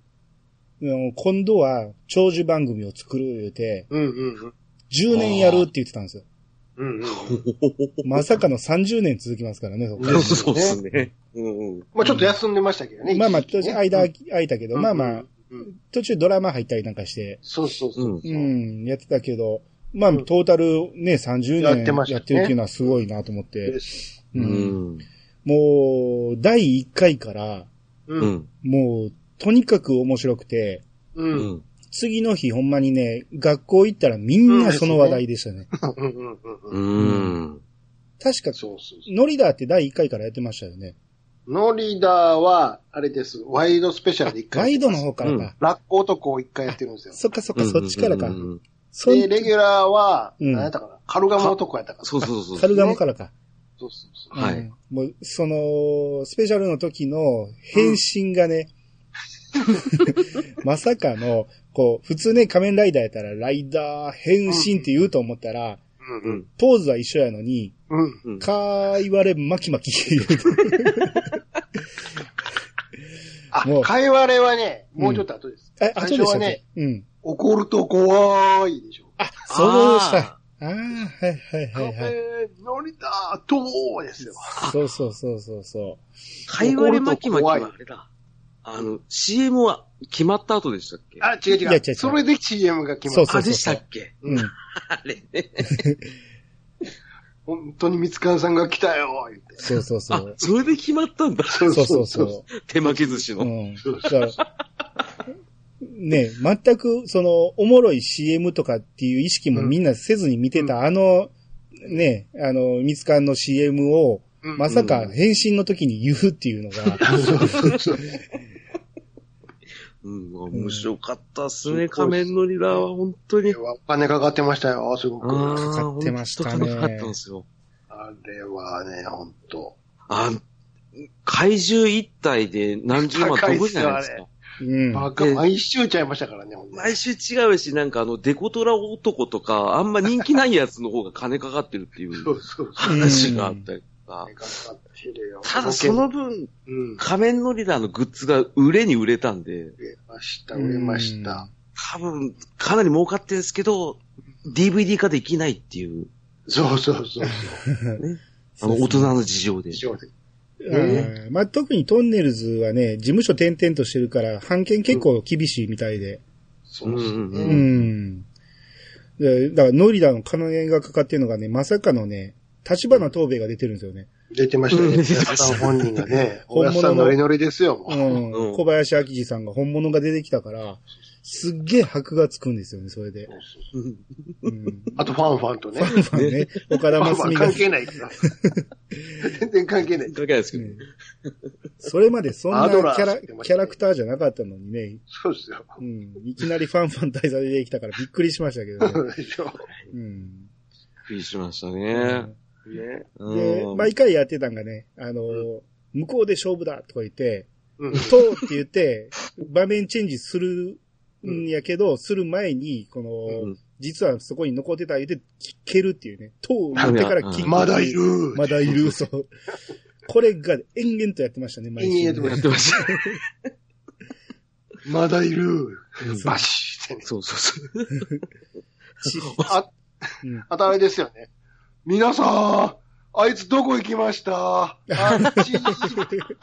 S1: 今度は長寿番組を作る言うて、
S2: う。うんうん
S1: 10年やるって言ってたんですよ。
S2: うん。うんうん。
S1: まさかの30年続きますから ね、そこ
S2: うん
S3: そうですね。うんうん。
S2: まあちょっと休んでましたけどね。
S1: まあまあ、
S2: 一時期ね
S1: 間、空いたけど、まあまあ、。
S2: うんうん
S1: 途中ドラマ入ったりなんかして、
S2: そうそうそうう。
S3: ん。
S1: うん、やってたけど、まあ、
S2: うん
S1: トータルね、30年
S2: やってましたね
S1: やってるっていうのはすごいなと思って
S2: で、す
S1: う
S3: うんん。
S1: もう、第1回から、
S2: う。
S3: うんん。
S1: もう、とにかく面白くて、
S2: う。
S3: うんん。
S1: 次の日ほんまにね、学校行ったらみんなその話題でしたね。
S2: うんうんうんうん。
S3: うん。
S1: 確か、
S2: そうそうそ
S1: ノリダーって第1回からやってましたよね。
S2: う。ノリダーは、あれです。ワイドスペシャルで一回。
S1: ガイドの。方からか。
S2: ラッコ男を一回やってるんですよ。
S1: そっかそっか、そっちからか
S3: うん。うんうん
S1: そ
S2: で、
S1: ん
S2: レギュラーは、
S1: うん
S2: 何やったかなカルガモ男やったから。
S3: そうそうそう。
S1: カルガモからか。
S2: そうそうそう。
S3: はい
S1: うん。もう、その、スペシャルの時の変身が ね、まさかの、こう、普通ね、仮面ライダーやったら、ライダー変身って言うと思ったら、
S2: うんうん。
S1: ポーズは一緒やのに、
S2: うん。
S3: うん
S1: かーいわれまきまき 言うて。
S2: あ
S1: もう、
S2: かいわれはね、もうちょっと後です。
S1: あ、あ、
S2: 最
S1: そうでし
S2: 初は
S1: た
S2: ね
S1: ね。うん。
S2: 怒ると怖いでしょ。
S1: あ、そうでした。あ
S3: あ
S1: あー、はい
S2: カ
S1: はいはいはい。
S2: メ乗りだとーですよ。
S1: そうそうそうそうそ
S3: ー。かいわれまきまき
S2: 怒
S3: は
S2: ると怖い
S3: あれだ。あの、CM は決まった後でしたっけ
S2: あ、違う
S1: いや違
S2: 違
S1: う違
S2: う。
S1: う
S2: それで CM が決まった。
S1: そうそうそう
S3: あ、でしたっけ
S1: う。うん。
S3: あれね。
S2: 本当に三つかんさんが来たよー、言って。
S1: そうそうそ
S3: あ
S1: う、。
S3: それで決まったんだ。
S2: そう
S1: そうそうそう。
S3: 手巻き寿司
S1: う
S3: の。
S1: ん。だから、ね、全く、その、おもろい CM とかっていう意識もみんなせずに見てた、あの、ね、あの、ミツカンの CM を、
S2: うん
S1: まさか返信の時に言うっていうのが、
S3: うん、面白かったっすね。仮面のリーダーは本当に。
S2: お金かかってましたよ、すごく。あ
S3: ー
S1: かかってましたね
S3: 本当高かったんですよ。
S2: れはね、本当。
S3: あ怪獣一体で何十万飛ぶじゃないです
S2: 高いっすよあれ
S3: か。
S1: うん。
S2: バカ、
S3: で
S2: 毎週ちゃいましたからね、ほんとに
S3: 毎週違うし、なんかあの、デコトラ男とか、あんま人気ないやつの方が金かかってるってい
S2: そううそうそう。
S3: 話があったりとか
S2: 金。かかってるよ
S3: ただその、分、
S2: うん。
S3: 仮面のリーダーのグッズが売れに売れたんで、
S2: 売れました、売れました。
S3: 多分、かなり儲かってるんですけど、DVD 化できないっていう、
S2: そうそうそう。
S3: あの、大人の事情で。
S2: 以上で
S1: うん。うんまあ、特にトンネルズはね、事務所転々としてるから、判権結構厳しいみたいで。
S2: そうですね。
S3: うん
S1: うん。でだから、ノリダの金がかかってるのがね、まさかのね、立花東兵が出てるんですよね。
S2: 出てました
S3: うん
S2: ね。
S3: 出てました
S2: 皆さん本人がね、
S1: 本
S2: 本
S1: 物の
S2: 物さんノリノリですよ、もう。
S1: う、
S3: うんん
S1: 小林明治さんが本物が出てきたから、すっげえ箔がつくんですよね、それで。
S3: う
S1: う
S3: ん
S1: ん、
S2: あとファンファンとね。フ
S1: まあね、岡田
S2: ァ
S1: 真
S2: ンファ
S1: 澄
S2: ン
S1: が
S2: 関、係ないから。全然関係ない。
S3: 関係ないですけ
S1: う
S3: ど。
S1: んそれまでそんな
S2: ア
S1: キ
S2: ドラー
S1: ャラ
S2: って言ってまし
S1: キ
S2: た
S1: ャ
S2: ね
S1: ラクターじゃなかったのにね、
S2: そうですよ。
S1: うん、いきなりファンファン大佐で出てきたからびっくりしましたけ
S2: そ
S1: ど、ね
S2: うでし ょ。
S1: うん
S3: びっくりしましたね。
S1: で、
S3: うん
S1: 毎回やってたんがね、あのー向こうで勝負だとか言って、
S2: うん。
S1: とって言って、場面チェンジするんやけど、する前に、この、
S3: うん
S1: 実はそこに残ってた言うて、蹴るっていうね。とを言ってから切
S3: うん
S1: る。
S2: まだいる。
S1: まだいる、そう。これが延々とやってましたね、毎
S2: 延
S1: 週
S2: 々と
S1: ね。
S3: やってました。
S2: まだいる。
S1: そう
S2: バシッてね。
S3: そうそうそう。
S1: ち。
S2: あ、
S1: うん
S2: あとあれですよね。皆さん、あいつどこ行きましたあっち、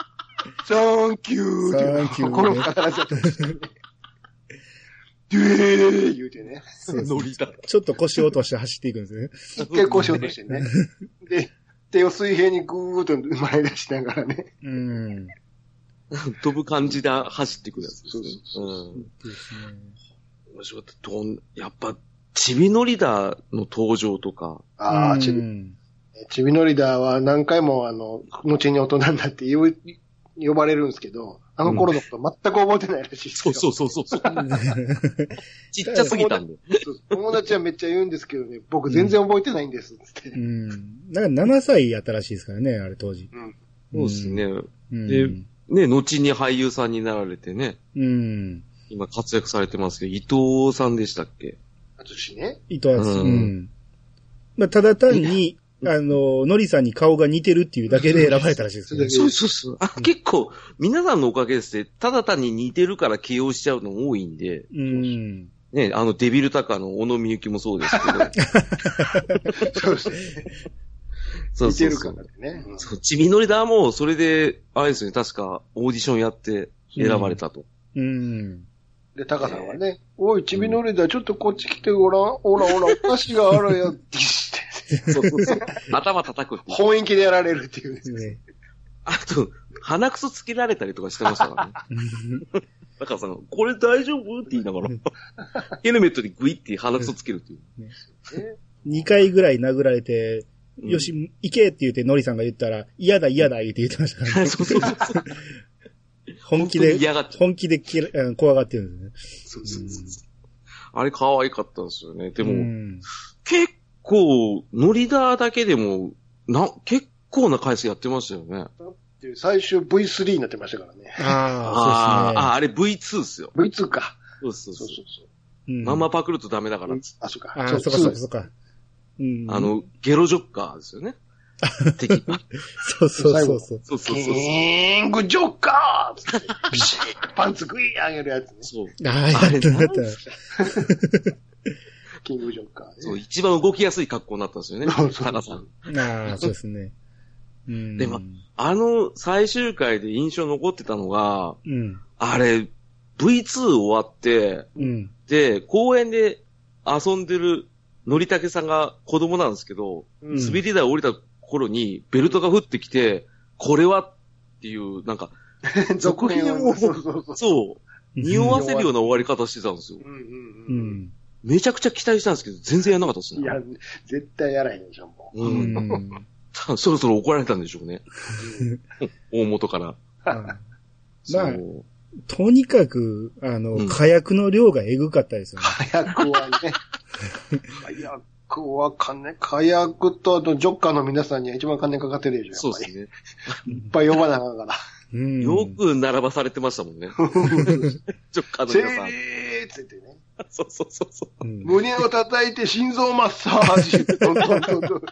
S1: サ
S2: サンキュー
S1: ンキューね
S2: 心も語らせちゃったんですよね。デュエー言うてね。
S1: そうです
S3: ノリだ。
S1: ちょっと腰を落として走っていくんですね。
S2: 一回腰落として ね。で、手を水平にぐーっと前出しながらね。
S1: うん。で
S3: 飛ぶ感じで走ってくるやつですね。
S2: そうそう
S3: うん。
S1: すね。
S3: 面白かったどんやっぱ、チビノリダーの登場とか、
S2: あ
S1: う
S2: あ、
S1: ん
S2: ちび、ちびのリーダーは何回もあの、後に大人になって呼ぶ呼ばれるんですけど、あの頃のこと全く覚えてないらしいです
S3: そ
S2: よ
S3: うそうそうそう。ちっ ちゃすぎたんで。
S2: そう友達はめっちゃ言うんですけどね、僕全然覚えてないんですっつって。
S1: うん。なんか7歳やったらしいですからね、あれ当時。
S3: そうですね。
S1: うん。
S3: でね、後に俳優さんになられてね、
S1: うん。
S3: 今活躍されてますけど、伊藤さんでしたっけ
S2: あとしね、
S1: 伊藤敦。う
S3: うん
S1: ん。まあ、ただ単に、あの、のりさんに顔が似てるっていうだけで選ばれたらしいですね。
S3: そうそうそう。あ、結構、皆さんのおかげですって、ただ単に似てるから起用しちゃうの多いんで、
S1: うん。
S3: ね、あのデビルタカの小野みゆきもそうですけ ど、
S2: そうですね。
S3: そう
S2: 似て
S3: そう
S2: る
S3: そ
S2: か
S3: う
S2: ら。ね。うん
S3: そう、ちびのりだも、それで、あれですよね、確か、オーディションやって選ばれたと。
S1: うん。
S2: で、タカさんはね、おい、ちびのりだ、ちょっとこっち来てごらん。おらおら、お菓子があるよってして、
S3: そうそうそう。頭叩くっていう
S2: 本気でやられるっていうね。
S1: ね
S3: あと、鼻くそつけられたりとかしてました からね。
S1: うん
S3: だからさんが、これ大丈夫って言いながら、ヘルメットにグイって鼻くそつけるっていう。
S1: 二回ぐらい殴られて、
S3: うん
S1: よし、行けって言って、のりさんが言ったら、嫌だ嫌だ言って言ってましたからね。
S3: そうそうそうそう。
S1: 本気
S3: 本当
S1: で
S3: に、嫌がっちゃう
S1: 本気できらあの怖がってるんですね。
S3: そうそうそうあれ可愛かったんですよね。でも、
S1: うん
S3: 結構、ノリダーだけでも、な、結構な回数やってましたよね。
S2: っていう最終 V3 になってましたからね。
S1: あ
S3: あー、
S1: あ、
S3: あれ V2 っすよ。
S2: V2 か。
S3: そうそう
S2: そ
S3: そ
S1: そ
S2: そうそう。
S3: うう。
S1: うですね。うん
S3: まんまパクるとダメだからっつって
S2: あ、そうか。
S1: ああ、そっかそっかそっか。うん
S3: あ、の、ゲロジョッカーです よね。敵。
S1: そうそうそうそう。
S3: そうそうそうそう。
S2: キングジョッカーつってビシッパンツ食い上げるやつね。
S3: そう。
S1: ああ、やったやった。
S2: キングジョッカーね。
S3: そう、一番動きやすい格好になったんですよね。
S2: そうそう
S3: タカさん。
S1: ああ、そうですね。うん。
S3: でもあの、最終回で印象残ってたのが、
S1: うん。
S3: あれ、V2 終わって、
S1: うん。
S3: で、公園で遊んでるのりたけさんが子供なんですけど、
S1: うん
S3: 滑り台降りた頃にベルトが降ってきて、これはっていう、なんか、
S2: 続編を。そ
S3: 続編を
S2: うそうそう。
S3: そう、匂わせるような終わり方してたんですよ。
S2: うん
S1: う
S2: うんうん
S1: ん。
S3: めちゃくちゃ期待したんですけど、全然やんなかったです
S2: い
S3: ね。
S2: や、絶対やらへんじゃん、も
S1: う
S3: うん。
S1: ん。
S3: 多分そろそろ怒られたんでしょうね。 大元から。
S1: あまあ
S3: そう
S1: とにかく、あの、
S3: うん
S1: 火薬の量がえぐかったですよ ね。
S2: う。火薬はね。火薬は金、火薬とあとジョッカーの皆さんには一番金かかってるでしょ、
S3: そ
S2: やっぱ
S3: うで
S2: り。
S3: すね。
S2: いっぱい呼ばなあかんから。
S1: うん。
S3: よく並ばされてましたもんね。ちょっかの
S2: せ
S3: 皆さん。
S2: ーっつってね。
S3: そうそうそうそう。
S1: うん。
S2: 胸を叩いて心臓マッサー ジ。どんどんどんどん。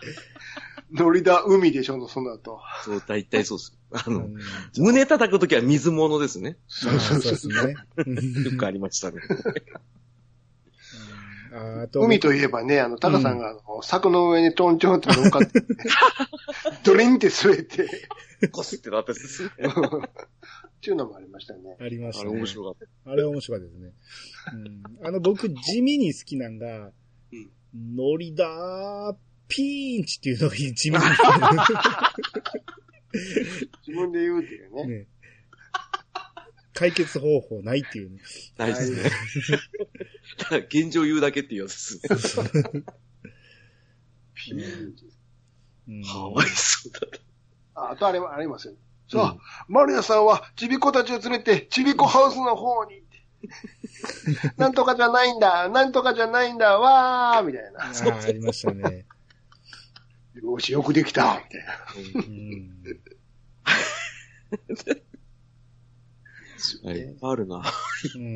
S2: ノリだ海でしょ、その後。
S3: そう、大体そうです。あ
S1: う
S3: の、
S1: ん
S3: 胸叩くときは水物ですね。
S1: ああそうですね。うん
S3: よくありましたね。
S1: ああと、
S2: 海といえばね、あの、タカさんが、あの、柵の上にトンチョンって乗っか って、ドリンって滑って、
S3: こすってなったですね。
S2: っていうのもありましたね。
S1: ありました
S3: あれ
S1: ね。
S3: 面白かった。
S1: あれ面白かったですね。うん、あの、僕、地味に好きなんが、ノリだー、ピーンチっていうのが地味に好
S2: 自分で言うっていう
S1: き、
S2: ね。
S1: ね。解決方法ないっていうね。
S3: 大事ですね。ただ現状言うだけっていうやつですね。
S2: ピーン
S1: うん
S3: かわいそうだった。
S2: ああとあれはありますよ。そう、マリアさんは、ちびっ子たちを連れて、ちびっ子ハウスの方に。 なんとかじゃないんだ、なんとかじゃないんだ、わーみたい
S1: あ
S2: な。
S1: ーありましたね。
S2: よし、よくできた、みたいな。
S1: う
S3: うん
S1: ん
S3: あれいっぱいあるな。
S1: いっ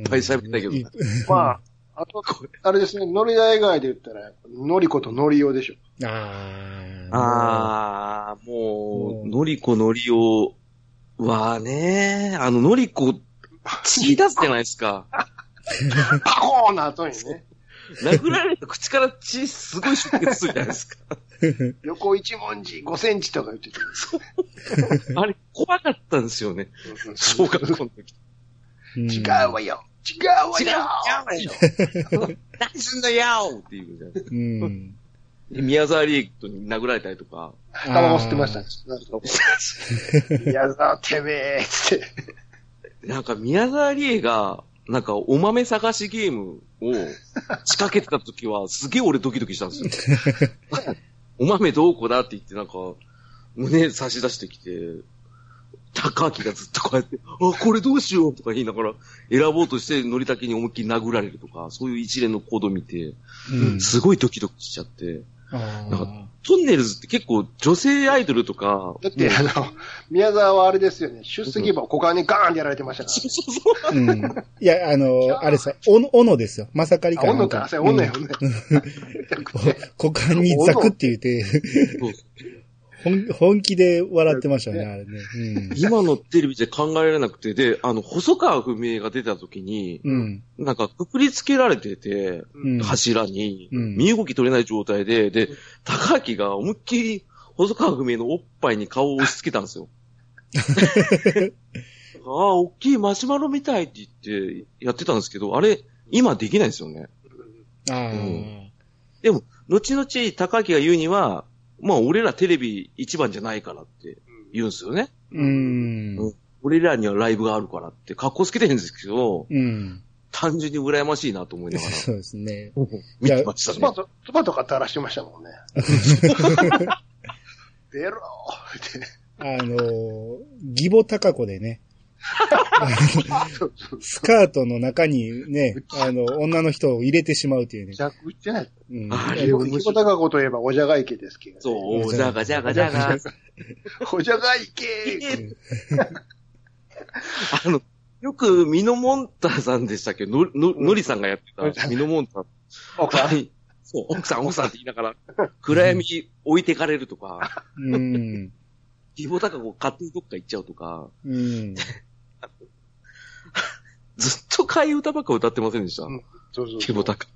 S3: ぱい喋ったけど
S1: い
S2: まあ、あと、あれですね、ノリだ以外で言ったら、ノリコとノリオで しょ。
S1: ああ。
S3: あー、も
S1: もう
S3: う、のりこのりおはね、あの、のりこ、血出すじゃないですか。
S2: パコーンの後にね。
S3: 殴られた口から血すごい出血するじゃないですか。
S2: 横一文字5センチとか言ってた。
S3: あれ、怖かったんですよね。小学校の時。
S1: うん
S2: 違うわよ違うわ
S3: 違う
S2: よ
S3: 違う何すんだよっていうじゃんで
S1: うん。
S3: 宮沢りえとに殴られたりとか。
S2: 頭も吸ってましたね。なんかこういやだ、てめえって。
S3: なんか宮沢りえが、なんかお豆探しゲームを仕掛けてた時は、すげえ俺ドキドキしたんですよ。 お豆どうこうだって言って、なんか、胸差し出してきて、高明がずっとこうやって、あ、これどうしようとか言いながら、選ぼうとして、のりたけに思いっきり殴られるとか、そういう一連の行動を見て、
S1: うん。
S3: すごいドキドキしちゃって。
S1: あ
S3: なん
S1: ー
S3: トンネルズって結構女性アイドルと か、
S2: だって、あの、宮沢はあれですよね。出席場、股間にガーンってやられてましたか
S1: うん。いや、あのー、あれさ、おの、おのですよ。まさかり
S2: ら。あ、
S1: か
S2: おん
S1: な
S2: の
S1: んか。
S2: か、あそれおんのよ
S1: う、
S2: おんのよ。
S1: 股間にザクって言って、
S3: そう
S1: 本本気で笑ってましたね、あれね。
S3: 今のテレビじゃ考えられなくて、で、あの、細川不明が出た時に、
S1: うん。うん。
S3: なんかくくりつけられてて、
S1: うん
S3: 柱に、
S1: うん
S3: 身動き取れない状態で、で、高木が思いっきり細川不明のおっぱいに顔を押し付けたんで すよ。ああ、大きいマシュマロみたいって言ってやってたんですけど、あれ、今できないんですよね。
S1: ああ、
S3: うんでも、後々高木が言うには、まあ俺らテレビ一番じゃないからって言うんですよね。
S1: うん。
S3: うん俺らにはライブがあるからって、格好つけてるんですけど、
S1: うん。
S3: 単純に羨ましいなと 思いながら
S1: そうですね。
S3: 見てました
S2: 妻
S3: ね。
S2: と、妻とか垂らしてましたもんね。出ろーって。
S1: あのー、義母高子でね、
S2: そうそう
S1: スカートの中にね、あの、女の人を入れてしまう というね。
S2: 弱打ってない。
S1: うん、
S3: あれ
S2: 横
S3: 面白い
S2: 高子といえば、おじゃがいけですけど、ね。
S3: そう、おじゃがじゃがじゃが。
S2: おじゃがい け
S3: あの、よくミノモンタさんでしたっけの、の、のりさんがやってたミノモンタ。
S2: 奥さん
S3: はいそう、奥さん奥さんって言いながら、暗闇に置いてかれるとか、
S1: うん。
S3: 義母高子勝手にどっか行っちゃうとか、
S1: うん。
S3: ずっと替え歌ばっか歌ってませんでした。
S2: うんそうそう
S3: 義
S2: そう
S3: 母。高子。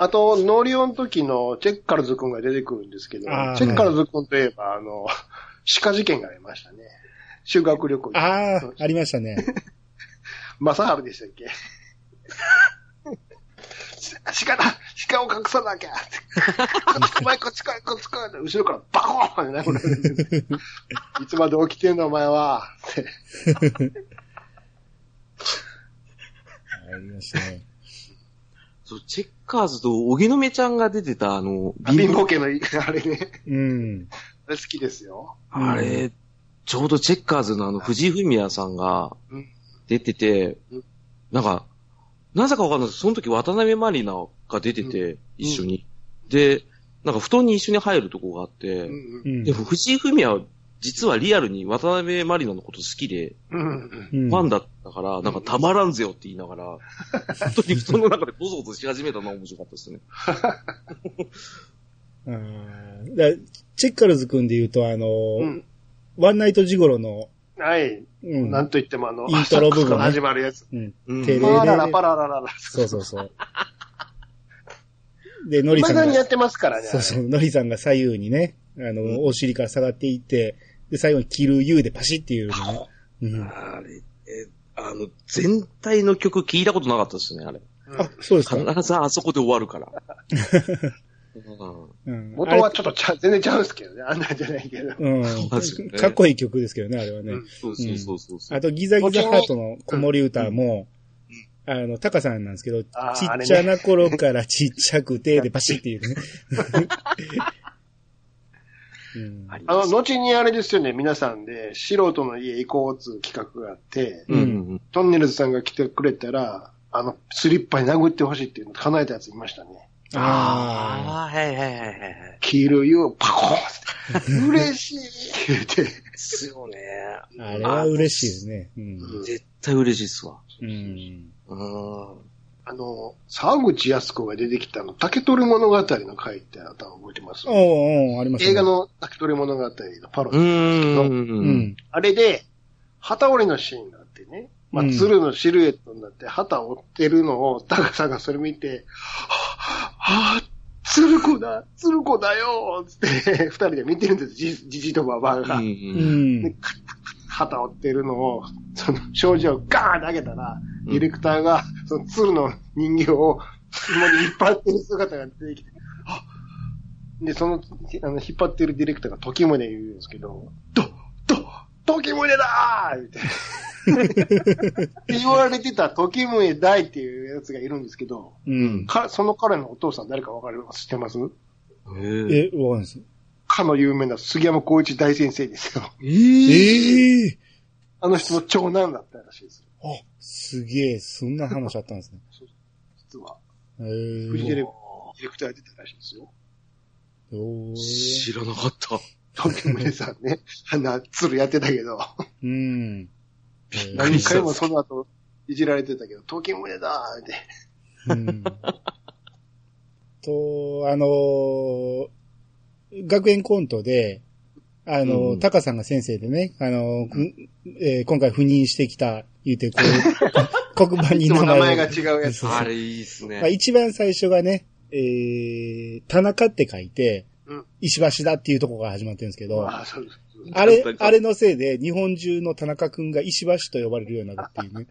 S2: あと、ノリオの時のチェッカルズくんが出てくるんですけど
S1: あー、
S2: チェッカルズくんといえば、あの、 歯科事件がありましたね。修学旅行。
S1: ああ、ありましたね。
S2: マサハルでしたっけ し鹿だ鹿を隠さな きゃお前こっち来いこっち来い後ろからバコーンって殴ら れていつまで起きてんのお前はって
S1: ありましたね。
S3: そう、チェッカーズと荻野目ちゃんが出てた、あの、
S2: 貧乏家の、あれね、
S1: うん。
S2: あれ好きですよ。
S3: あれ、ちょうどチェッカーズのあの、藤井フミヤさんが
S2: うん
S3: 出てて
S2: うん、
S3: なんか、なぜかわかんないです。その時渡辺マリナが出てて、一緒に。で、なんか布団に一緒に入るとこがあっ
S2: う
S3: て、
S2: ん
S1: うん。
S3: でも藤井フミヤは実はリアルに渡辺マリナのこと好きで、
S2: うん。うん。
S1: うん
S3: ファンだったから、なんかたまらんぜよって言いながら、本当に布団の中でボソボソし始めたのは面白かったですね。
S1: あーだチェッカルズ君で言うと、あのー
S2: うん
S1: ワンナイトジゴロの、
S2: はい。
S1: うん。
S2: なんと言ってもあの、
S1: イントロ部分ね
S2: サックスから始まるやつ。
S1: うん
S3: うん
S1: テレビ
S2: パララパララララ。
S1: そうそうそう。で、ノリさ
S2: 未
S1: ん
S2: だにや
S1: が、
S2: ってますからね。
S1: そうそう、ノリさんが左右にね、あの、
S3: うん
S1: お尻から下がっていって、で、最後に切る U でパシっていうのね。うん。
S3: あれ、え、あの、全体の曲聞いたことなかったですね、あれ。
S2: うん
S1: あ、そうですか。
S3: 必ずあそこで終わるから。うん
S1: うん。
S2: 元はちょっとちゃ全然ちゃうんですけどね。あんなんじゃないけど。
S1: あれうん
S3: うなんですよね。
S1: かっこいい曲ですけどね、あれはね。
S2: うん
S3: そうそうそうそうそう。
S1: あと、ギザギザハートの子守歌も、あの、タカさんなんですけど、ち
S2: あーあれ
S1: っ
S2: ね
S1: ちゃな頃からちっちゃくて、で、パシっていうね。うん
S3: あり
S2: あ
S3: ま
S2: の、
S3: す
S2: 後にあれですよね、皆さんで、素人の家行こうっつう企画があって、
S3: うんうん
S2: トンネルズさんが来てくれたら、あの、スリッパに殴ってほしいっていうのを叶えたやついましたね。
S1: ああ。
S3: あー、はいはいはいはいはい。
S2: 黄色い湯をパコーンって、嬉しいって言って、
S3: ですよね。
S1: あれは嬉しいですね。うん
S2: うん
S3: 絶対嬉しいっすわ。
S1: うん。
S3: うん。
S2: あの、沢口靖子が出てきたあの、竹取物語の回ってあなた覚えてます
S1: おうおうありますね
S2: 映画。の竹取物語のパロデ
S3: う
S2: ィ。
S3: ん。
S1: うん。
S2: あれで、旗折りのシーンがあってね、まあ、
S1: うん
S2: 鶴のシルエットになって、旗を追ってるのを、タカさんがそれ見て、はぁ、はぁ、鶴子だ、鶴子だよつって、二人で見てるんです、じじじとばばあ
S3: う。
S2: が。
S1: うんん。
S2: 旗折ってるのを、その少女をガーン投げたら、
S3: うん
S2: ディレクターが、その鶴の人形を、紐に引っ張ってる姿が出てきて、あで、その、あの、引っ張ってるディレクターが時宗言うんですけど、ど、ど、時宗だーって。言われてた時宗大っていうやつがいるんですけど、
S1: うん。
S2: か、その彼のお父さん誰かわかります知ってます
S3: え
S1: え、わかんないです。
S2: かの有名な杉山光一大先生ですよ。
S3: え
S1: ええ
S2: あの人の長男だったらしいです。
S1: あ、すげえ、そんな話あったんですね。
S2: 実は。
S1: へ
S2: フジテレ
S1: え
S2: ビ、ディレクター出てたらしいですよ。
S1: おー。
S3: 知らなかった。
S2: 東京村さ んね、あんな鶴やってたけど、
S1: うん。
S3: 何
S2: 何
S3: した
S2: 回もその後、いじられてたけど、東京村だーって。
S1: うん と、あのー学園コントで、あのー
S3: うん
S1: タカさんが先生でね、あのーふんえー今回赴任してきた、言うて、こう、 こ黒板
S2: い
S1: に
S2: つも
S1: 名
S2: 名
S1: 前
S2: 前
S1: を
S2: が違うやつ
S1: そ。うそう
S3: あれいいっす
S1: まあ、
S3: ね。
S1: 一番最初がね、えー、田中って書いて
S2: うん、
S1: 石橋だっていうとこから始まってるんですけど、
S2: ああ、そうです。
S1: あれ、あれのせいで、日本中の田中くんが石橋と呼ばれるようになるっていうね。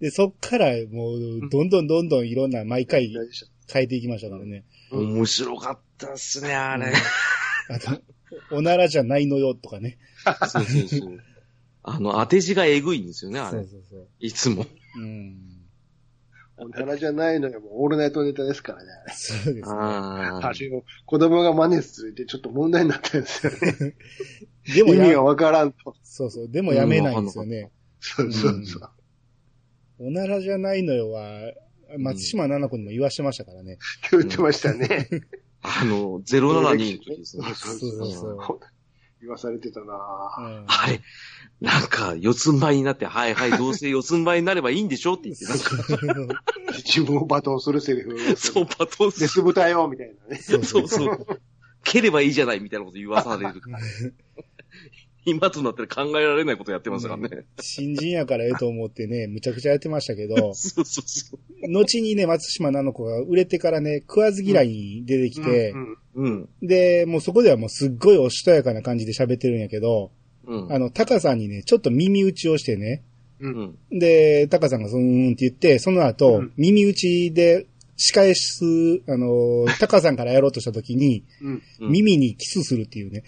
S1: で、そっからもう、どんどんどんどんいろんな毎回
S2: 大事
S1: 変えていきましたからね。
S3: 面白かったっすね、あれ。
S1: あと、おならじゃないのよとかね。
S3: そうそうそう。あの、当て字がえぐいんですよね、あれ。
S1: そうそう。
S3: いつも。
S1: うん。
S2: おならじゃないのよ、もうオールナイトネタですからね。
S1: そうです
S3: あ
S2: あ
S3: あ。
S2: れを子供が真似するってちょっと問題になったんですよね。
S1: ね。でも
S2: 意味
S1: や
S2: が、わからんと。
S1: そうそう。でもやめないんですよね。
S2: そうそうそう。
S1: おならじゃないのよは、松島奈々子にも言わしてましたからね。
S2: って言ってましたね。
S3: あの、07人の時ですね。
S2: そう
S1: そうそうそう。
S2: 言わされてたな
S1: う
S2: ぁ。
S1: ん
S3: あれ、なんか、四つん這いになって、はいはい、どうせ四つん這いになればいいんでしょって言って、なんか、
S2: 自分を罵倒するセリフ。
S3: そう、。罵倒
S2: デ
S3: す
S2: ス豚よ、みたいなね。
S1: そう
S3: る。そうそう。蹴ればいいじゃないみたいなこと言わされる。今となって考えられないことやってますからね。
S1: 新人やからええと思ってね、むちゃくちゃやってましたけど、
S3: そうそうそう。
S1: 後にね、松島菜々子が売れてからね、食わず嫌いに出てきて、
S2: うんうん
S3: うん。
S1: で、もうそこではもうすっごいおしとやかな感じで喋ってるんやけど、
S3: うん。
S1: あの、タカさんにね、ちょっと耳打ちをしてね、
S3: うん。
S1: で、タカさんがそーんって言って、その後、
S2: うん
S1: 耳打ちで仕返す、あの、タカさんからやろうとした時に、
S2: うん。
S3: うん
S1: 耳にキスするっていう ね。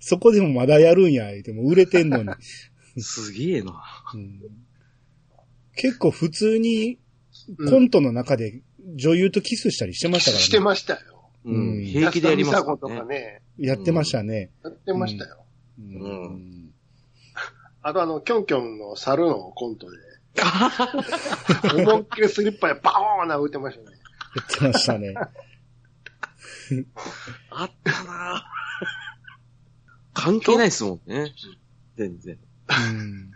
S1: そこでもまだやるんや、言うてもう売れてんのに。
S3: すげえな。
S1: うん結構普通に
S2: うん
S1: コントの中で女優とキスしたりしてましたからね。
S2: してましたよ。
S3: う
S1: うん
S3: ん。平気でやります
S2: 安田美
S3: か
S2: 佐子と
S3: ら
S2: か
S3: ね。
S2: ね、
S1: やってましたね。
S2: やってましたよ。
S1: うん
S3: う
S2: あとあの、キョンキョンの猿のコント で。思いっきりスリッパでバーン殴ってましたね。
S1: やってましたね。
S3: あったなあ関係ないっすもんね。全然。
S1: うん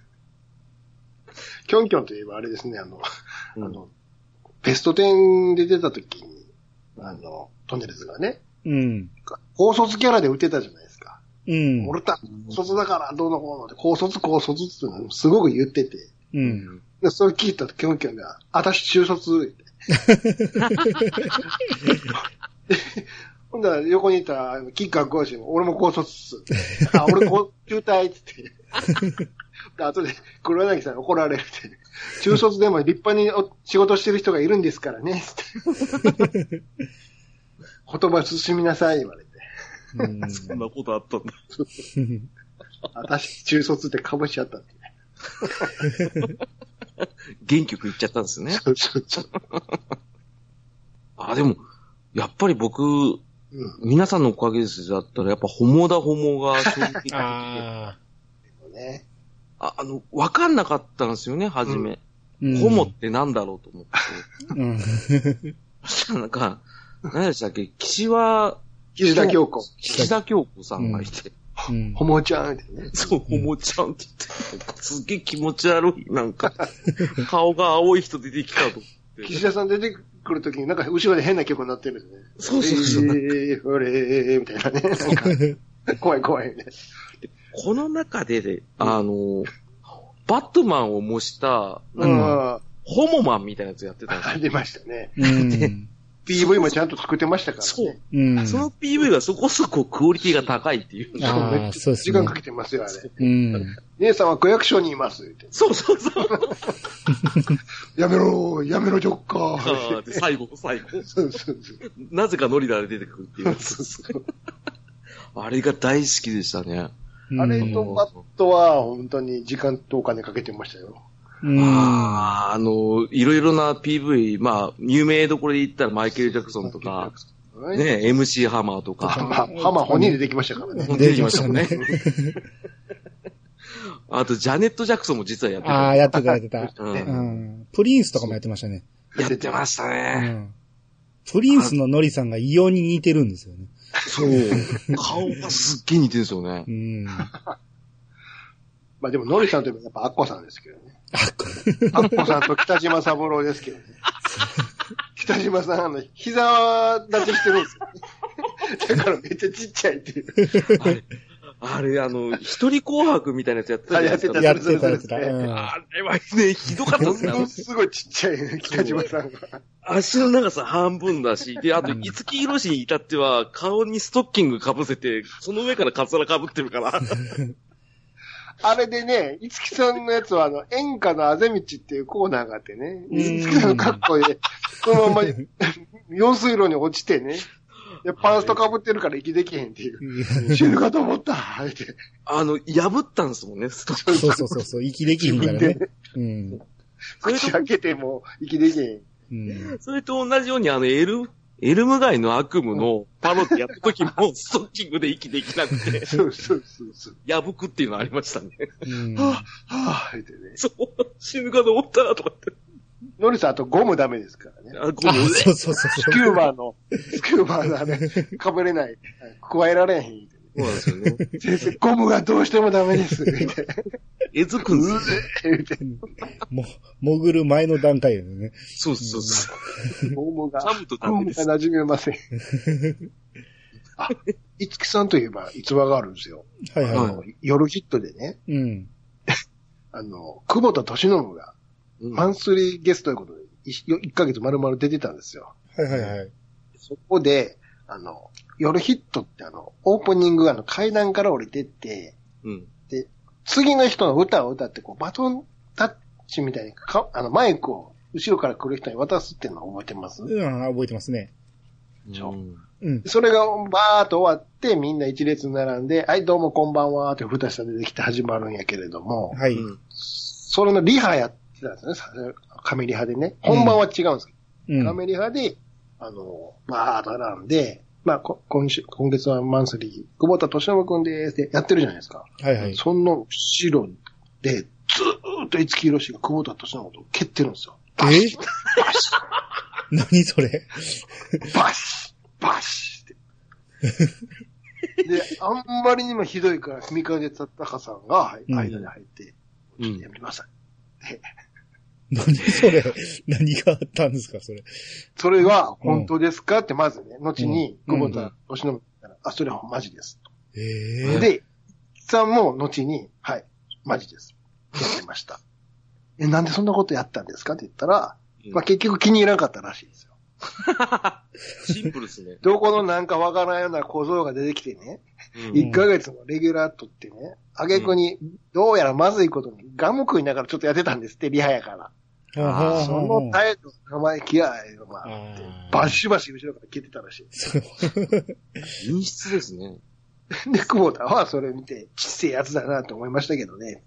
S2: キョンキョンといえばあれですね、あの、
S3: うん
S2: あの、ベスト10で出た時に、あの、トンネルズがね、
S1: うん。
S2: 高卒キャラで打てたじゃないですか。
S1: うん。
S2: 俺た、卒だからどうのこうのって、高卒高卒っていうのをすごく言ってて、
S1: うん。
S2: でそれ聞いたキョンキョンが、あたし中卒って。ほんだら横にいたあのキッカー講師も、俺も高卒っすって。あ、俺高、中退っつって。で、後で黒柳さんに怒られるって。中卒でも立派にお仕事してる人がいるんですからね、つって言葉進みなさい、言われて。
S1: うん
S3: そんなことあったんだ。
S2: あたし中卒ってかぶしちゃったって。
S3: 元気よく言っちゃったんですね。
S2: そうそうそう。
S3: あ、でも、やっぱり僕、
S2: う
S3: 皆さんのおかげですだったら、やっぱ、ホモだホモが衝撃的であ
S1: ああ。
S2: ん。ね。
S3: あの、わかんなかったんですよね、はじめ。
S1: うん
S3: ホモってなんだろうと思って。
S1: うん。
S3: そしたらなんか、何でしたっけ、岸和、
S2: 岸田京子。
S3: 岸田京子さんがいて、
S1: うん
S2: ホモちゃんみたいなね。
S3: そう、ホモちゃんって言って、すげえ気持ち悪い、なんか、顔が青い人出てきたと思って。
S2: 岸田さん出てくるときに、なんか後ろで変な曲になってるんですね。
S3: そうそうそう
S2: えー、ほれー、みたいなね。なんか、怖い怖いね。
S3: この中でで、あの、バットマンを模した、
S2: う
S3: なんか、
S2: ん。あ
S3: ホモマンみたいなやつやってたんですよ。
S2: りましたね。
S1: うん。
S2: PV もちゃんと作ってましたからね。
S3: そう。
S1: うん。
S3: その PV がそこそこクオリティが高いっていう。
S1: ああ、そうです
S2: 時
S1: ね
S2: 間。かけてますよ、あれ。
S1: うん。
S2: 姉さんは区役所にいます。言うて
S3: そうそうそう。
S2: やめろ、やめろ、ジョッカー。
S3: で最後、最後。
S2: そうそうそう。
S3: なぜかノリダで出てくるっていうやつ。 あれが大好きでしたね。
S2: あれとバットは本当に時間とお金かけてましたよ。
S1: うん。
S3: ああ、あの、いろいろな PV、まあ、有名どころで言ったらマイケル・ジャクソンとか、
S2: ね
S3: ね、MC ハマーとか、
S2: まあ、ハマ本人出てきましたからね。
S3: 出てきましたもんね。 あと、ジャネット・ジャクソンも実はやって
S1: あ
S3: た。
S1: あ、やってた、やってた。
S3: う
S1: うんん。プリンスとかもやってましたね。
S3: やってました
S1: う
S3: ね。
S1: ん。プリンスのノリさんが異様に似てるんですよね。
S3: そう。顔がすっげえ似てるんですよね
S1: う。 ん。
S2: まあでも、ノリさんといえばやっぱアッコさんですけどね。
S1: あ、こ
S2: アッコさんと北島三郎です けどね。北島さん、あの、膝立ちしてるんですよ。だからめっちゃちっちゃいっていう。
S3: あれ、あれ、あの、一人紅白みたいなやつやってた
S2: あ
S3: じゃ
S2: や
S3: な
S2: っ
S3: い
S2: て
S3: です
S2: た、
S3: か。
S1: や
S2: そ
S1: って
S2: れそれそ
S1: た
S2: れ
S1: やってた
S2: そ
S1: う
S2: れ
S1: ん
S3: あれはね、ひどかったですね。あ
S2: もの
S3: の
S2: すごいちっちゃいね、北島さんが。
S3: 足の長さ半分だし、で、あと、五木ひろしに至っては、顔にストッキング被せて、その上からカツラ被ってるから。
S2: あれでね、いつきさんのやつは、あの、演歌のあぜ道っていうコーナーがあってね、
S1: うん
S2: いつきさんの格好で、そのまま、用水路に落ちてね、でパンスト被ってるから息できへんっていう。死ぬかと思った、あえて。
S3: あの、破ったんですもんね、ストッキング。
S1: そうそうそうそう、息できるからね。うん。
S3: それ
S2: 口
S3: と、
S2: 開けても息できへん。
S1: うん。
S3: それと同じように、あの、エル、エルム街の悪夢のパロってやった時も、ストッキングで息できなくて、
S2: そうそうそうそう。
S3: 破くっていうのありましたね。
S1: うん。
S2: はぁ、あえてね。
S3: そう、死ぬかと思った、とかって。
S2: ノリさん、あとゴムダメですからね。
S3: あ、ご
S1: あ、
S3: めん
S1: そうそうそう
S2: スキューバーの、スキューバーのあれ、被れない。加えられへん。
S3: そうなんですよね。
S2: 先生、ゴムがどうしてもダメです。みたいな。
S3: えずくんですよ
S2: 言うて
S1: も、潜る前の段階よね。
S3: そうそうそう。
S2: ゴムが。
S3: サムとダ
S2: ゴ
S3: メ
S2: ム
S3: で
S2: が馴
S3: す。
S2: 染めません。あ、いつきさんといえば逸話があるんですよ。
S1: はい
S2: あ
S1: は
S2: の、夜ヒットでね、
S1: い。うん。
S2: あの、久保田敏信が
S3: うん
S2: マンスリーゲストということで、1ヶ月丸々出てたんですよ。
S1: はいはいはい。
S2: そこで、あの、夜ヒットってあの、オープニングあの階段から降りてって、
S3: うん。
S2: 次の人の歌を歌って、こう、バトンタッチみたいにか、あの、マイクを後ろから来る人に渡すっていうのを覚えてます
S1: うん、覚えてますね。
S3: うん
S1: うん。
S2: それがバーっと終わって、みんな一列並んで、はい、どうもこんばんはーって二下出てきて始まるんやけれども、
S1: はい。
S3: うん
S2: それのリハやってたんですねさ、カメリハでね。本番は違うんですけど、
S1: うん。
S2: カメリハで、あの、バーっと並んで、まあ、こ今週、今月はマンスリー、久保田敏信くんでーすってやってるじゃないですか。
S1: はいはい。
S2: その後ろで、ずーっと五木ひろしが久保田敏信のことを蹴ってるんですよ。バ
S1: え
S2: シッ、バシッ、
S1: 何それ
S2: バシッ、バシッって。で、あんまりにもひどいから、踏みかけた高さんがはい
S1: うん
S2: 間に入って、
S3: う
S2: や
S3: ん。
S2: めてください。
S1: 何それ何があったんですかそれ。
S2: それは本当ですかって、まずね、後に、
S1: うん
S2: 久保田敏信から、あ、それはマジです。
S1: ええ
S2: で、さんも後に、はい、マジです。やってました。え、なんでそんなことやったんですかって言ったら、まあ、結局気に入らなかったらしいですよ。
S3: シンプルですね。
S2: どこのなんかわからないような小僧が出てきてね、
S3: うん
S2: 1ヶ月のレギュラー取ってね、あげくに、どうやらまずいことにガム食いながらちょっとやってたんですって、リハやから。
S1: ー。はあはあ
S2: その
S1: は
S2: 態度、生意気や、いうのがあって
S1: あー
S2: バシバシ後ろから蹴ってたらしい。
S1: そう
S3: 陰湿ですね。
S2: で、久保田はそれ見て、ちっせえやつだなと思いましたけどね。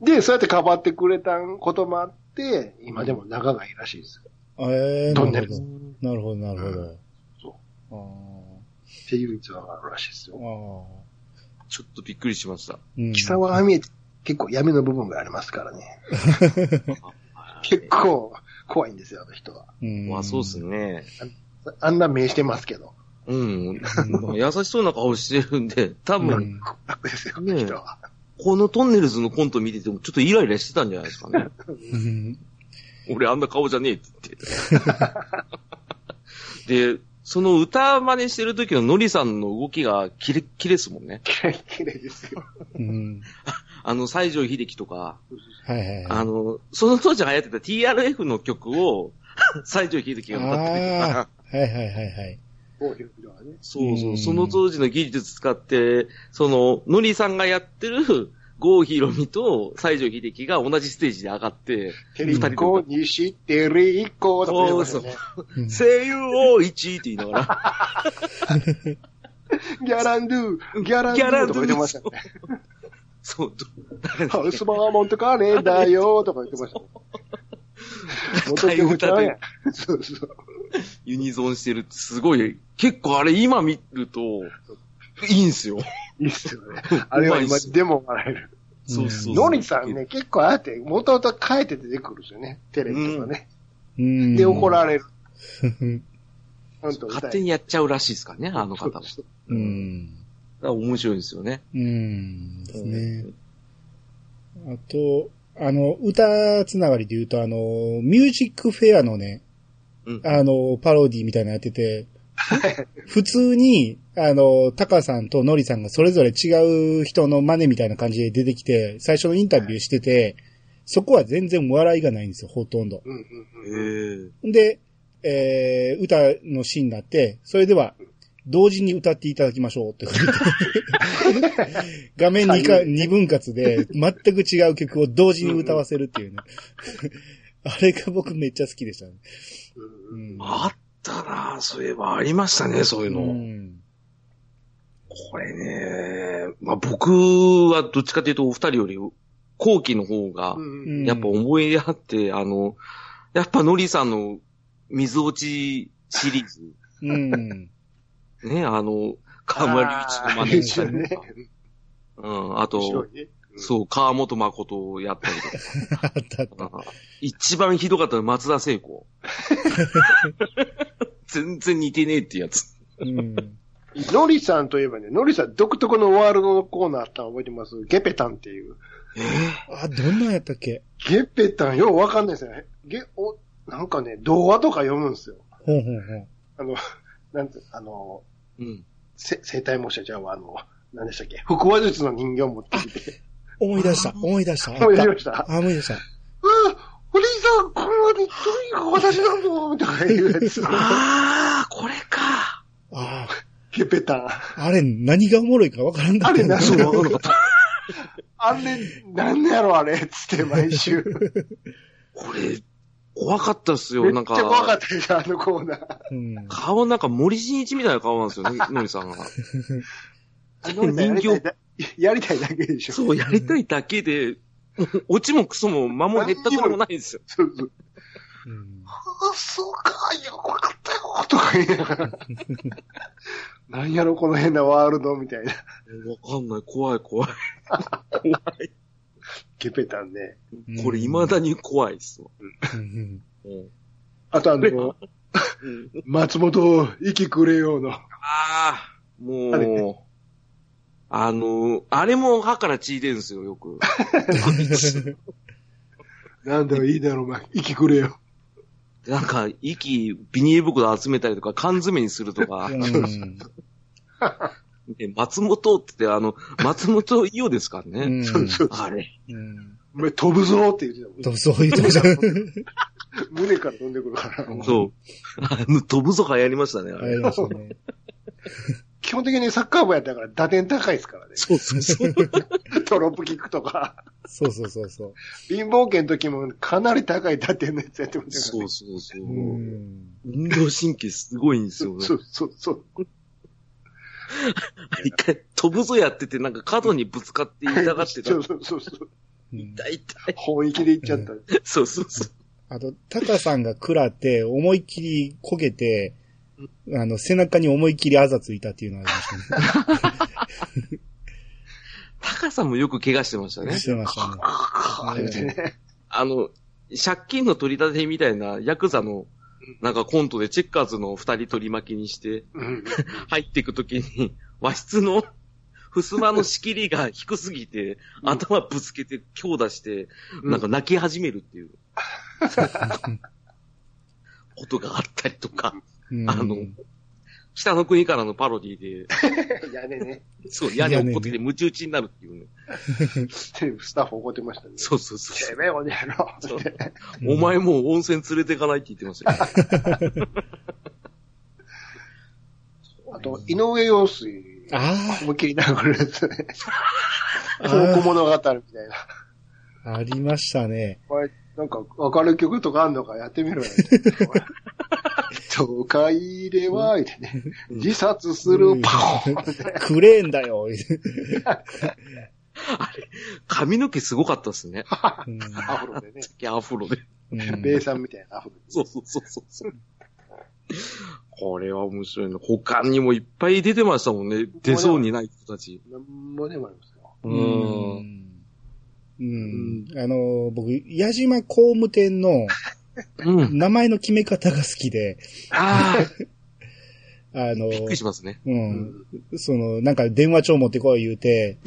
S2: で、そうやってかばってくれたこともあって、今でも仲がいいらしいですよ。
S1: ええ
S2: ト
S1: な
S2: ンネ
S1: る
S2: ル
S1: ほど。なるほど、なるほど。
S2: そ
S1: あ
S2: っていう逸話があるらしいです
S1: あ
S2: よ。
S1: ああ。
S3: ちょっとびっくりしました。
S1: うん
S2: 貴様が見えて、結構闇の部分がありますからね。結構怖いんですよ、あの人は。
S1: うん
S3: まあそうですね。
S2: あんな目してますけど。
S3: うん。優しそうな顔してるんで、多
S1: う
S3: 分、
S1: ん
S2: 楽ですよ、あ
S3: ねえ
S2: の人は。
S3: このトンネルズのコント見てても、ちょっとイライラしてたんじゃないですか ね。
S1: うん
S3: 俺あんな顔じゃねえって言って。で、その歌真似してる時のノリさんの動きがキレッキレですもんね。
S2: 綺麗、綺麗ですよ。
S1: うん。
S3: あの、西城秀樹とか、
S1: はいはいはい。
S3: あの、その当時流行ってた TRF の曲を、 西城秀樹が歌ってるとか
S1: あ、あー、はいはいはいはい。
S2: 暴力ではね。
S3: そうそうう、
S1: ん
S3: その当時の技術使って、その、ノリさんがやってる、郷ひろみと西城秀樹が同じステージで上がって、
S2: テリコ、西、テリコだと言いますよね。
S1: うん
S3: 声優を一って言いながら、
S2: ギャランドゥ、ギャランドゥとか言ってましたね。
S3: そう、ど
S2: ハウスバーモントかねえんだよとか言ってましたね。
S3: 替え歌で
S2: そうそう。
S3: ユニゾンしてるってすごい、結構あれ今見ると、いいんすよ。
S2: いいっすよね。あれは今でも笑える。
S3: そうそう。
S2: ノリさんね、結構ああやって、もともと変えて出てくるんですよね。テレビとかね。
S1: うん。
S2: で、怒られる。
S1: うん。
S2: ほんと
S3: 勝手にやっちゃうらしいですからね、あの方も。だか
S2: そう
S1: うん。
S3: ら面白いんですよね。
S1: うん。ですね。あと、あの、歌つながりで言うと、あの、ミュージックフェアのね、
S3: うん。
S1: あの、パロディみたいなのやってて、普通に、あの、タカさんとノリさんがそれぞれ違う人の真似みたいな感じで出てきて、最初のインタビューしてて、そこは全然笑いがないんですよ、ほとんど。
S2: うんうん
S3: え
S2: うん。
S3: ー、
S1: で、えー、歌のシーンになって、それでは、同時に歌っていただきましょうってことで画面にか二分割で、全く違う曲を同時に歌わせるっていうね。あれが僕めっちゃ好きでしたね。うん
S3: あったなぁそういえばありましたね、そういうの。
S1: うん
S3: これね、まあ、僕はどっちかというとお二人より後期の方が
S2: う、ん
S1: うん
S3: やっぱ思い出あって、あの、やっぱノリさんの水落ちシリーズ、
S1: うん。
S3: ね、あの、河村隆一の真似したりとか、
S2: あー
S3: うん、あ
S2: 面白
S3: と
S2: い、ね。
S3: そう、川本誠をやったりとか、
S1: あったあった。
S3: あ一番ひどかったのは松田 聖子。全然似てねえってやつ。
S1: うん。
S2: ノリさんといえばね、ノリさん独特のワールドのコーナーあったの覚えてますゲペタンっていう。
S1: あ、どんなんやったっけ
S2: ゲペタンようわかんないですよね。ゲ、お、なんかね、童話とか読むんですよ。
S1: ほんほんほん。
S2: あの、なんて、あの、
S3: うん。
S2: せ生体模写じゃあ、あの、何でしたっけ腹話術の人形持ってきて。
S1: 思い出した、思い出した。あった
S2: 思い出しま した
S1: あ、思い出した。
S2: うわお兄さん、これはね、とにかく私なんぞとかいうや つ。
S3: ああ、これか。
S1: あ
S2: ゲペタン。
S1: あ、あれ何がおもろいかわからんか
S2: あ
S1: った
S2: れ
S1: んだ
S2: 何
S1: けど
S2: だろうあれ、なんやろあれつって毎週。
S3: これ、怖かったっす
S2: めっ
S3: よ、
S2: ち
S3: な
S2: ゃ
S3: んか。
S2: 怖かったですあのコーナー。
S1: うん。
S3: 顔なんか森進一みたいな顔なんです よね、のりさんが。
S2: あの人形。やりたいだけでしょ。
S3: そう、やりたいだけで、オチもクソも間も減ったこともないんですよ。
S2: そうそう。
S1: うん
S2: あ、そうか、いや、怖かったよ、とか言いながら。なんやろ、この変なワールドみたいな。
S3: わかんない、怖い、怖い。
S2: ゲペタンね。
S1: うん
S3: これ、未だに怖いっすわ。
S1: うん
S3: うん
S2: あとあの、松本、息くれよの。
S3: ああ、
S2: あれ
S3: もう、あの、あれも歯から血出るんですよ、よ く。
S2: なんだよ、いいだろ、お前。息くれよ。
S3: なんか、息、ビニール袋集めたりとか、缶詰にするとか
S1: う、ん
S3: で松本って言って、あの、松本伊代ですから
S1: う
S3: ね。
S1: ん
S2: そうそうそう。
S3: あれ。
S1: うん
S2: お前飛ぶぞって言ってたもん
S1: とそういうとこじゃん。
S2: 胸から飛んでくるから。
S3: そう。 あの、飛ぶぞかやりましたね、あ
S1: あ
S3: れ。
S1: りましたね。
S2: 基本的にサッカー部やったから打点高いですからね。
S3: そうそうそう。
S2: ドロップキックとか。
S1: そうそうそうそう。
S2: 貧乏家の時もかなり高い打点のやつやってましたから
S3: そ
S2: ね
S3: う。そうそう。
S1: うん
S3: 運動神経すごいんですよね。
S2: そうそうそう。
S3: 一回飛ぶぞやってて、なんか角にぶつかって痛がってた。
S2: そうそうそうそう。
S1: うん
S3: 痛い痛い。
S2: 本域で行っちゃった。
S3: そうそうそう。
S1: あと、タカさんが食らって、思いっきり焦げて、あの、背中に思いっきりあざついたっていうのがありましたね。
S3: 高さんもよく怪我してましたね。
S1: してましたね。
S2: あれでね。
S3: あの、借金の取り立てみたいなヤクザの、なんかコントでチェッカーズの二人取り巻きにして、
S2: うん。
S3: 入っていくときに、 和室の、襖の仕切りが低すぎて、
S2: うん
S3: 頭ぶつけて強打して、
S2: うん
S3: なんか泣き始めるっていう、ことがあったりとか、
S1: うん
S3: あの北の国からのパロディで、
S2: やねね。
S3: そう、屋根落っこってきてムチ打ちになるっていうね。
S2: テレビスタッフ怒ってましたね。
S3: そうそうそう
S2: て。めえ、この野郎つって。
S3: お前もう温泉連れてかないって言ってましたよ。
S2: あと、井上陽水、
S1: あ
S2: 思いっきり殴るやつね。
S1: あ
S2: 東古物語みたいな。
S1: あ、ありましたね。
S2: お前、なんか、わかる曲とかあんのかやってみろよ。都会では、言ってね、 自殺するパコンって。
S1: クレーンだよ。言うて
S3: 髪の毛すごかったですね。
S1: うん
S2: アフロでね、
S3: いやアフロで。
S1: うん
S2: ベイさんみたいなアフロ。
S3: そうそうそうそうそう。これは面白いな。他にもいっぱい出てましたもんね。出そうにない人たち。
S2: なんぼでもありますよ。
S3: う
S1: う
S3: ーん。
S1: ん。うん。あの、僕、矢島工務店の
S3: う ん。
S1: 名前の決め方が好きで、
S3: ああ、
S1: あの、
S3: びっくりしますね。
S1: うん。その、なんか電話帳持ってこい言う て、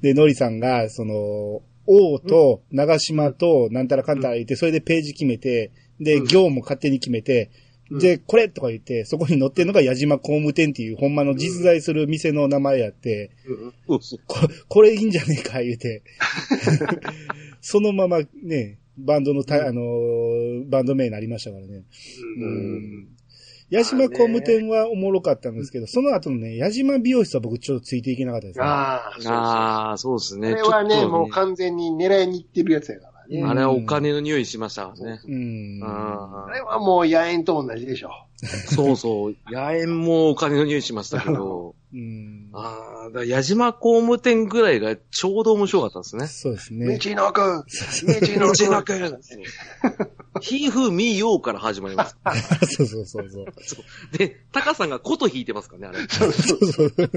S1: で、のりさんが、その、王と長島となんたらかんたら言って、それでページ決めて、で、
S3: うん
S1: 行も勝手に決めて、
S2: うん
S1: で、これとか言って、そこに載ってるのが矢島工務店っていう、ほんまの実在する店の名前やって、
S2: うん
S3: そうそう。
S1: ここれいいんじゃねえか、言う て。そのままね、バンドのた、あのーバンド名になりましたからね。
S2: う。
S1: うんん。矢島工務店はおもろかったんですけど、その後のね、矢島美容室は僕ちょっとついていけなかったですね。
S2: ああ、そうそうそう。
S3: ああ、そうです
S2: こ
S3: ね。
S2: れは
S3: ちょっ
S2: ね、
S3: と
S2: もう完全に狙いに行ってるやつやからね。
S1: うん
S3: あれはお金の匂いしましたからね。
S1: うん。
S2: あ
S3: ああ
S2: れはもう野猿と同じでしょ。
S3: そうそう。野縁もお金の匂いしましたけど。
S1: うん。
S3: ああ、だから矢島工務店ぐらいがちょうど面白かったですね。
S1: そうです
S2: 道
S1: ね。
S2: の奥道の
S3: 道の
S2: 奥
S3: くん。ひふみようから始まります。
S1: そうそうそうそう。
S3: で、タカさんが琴弾いてますからね、あれ。
S2: そうそう
S1: そうそう。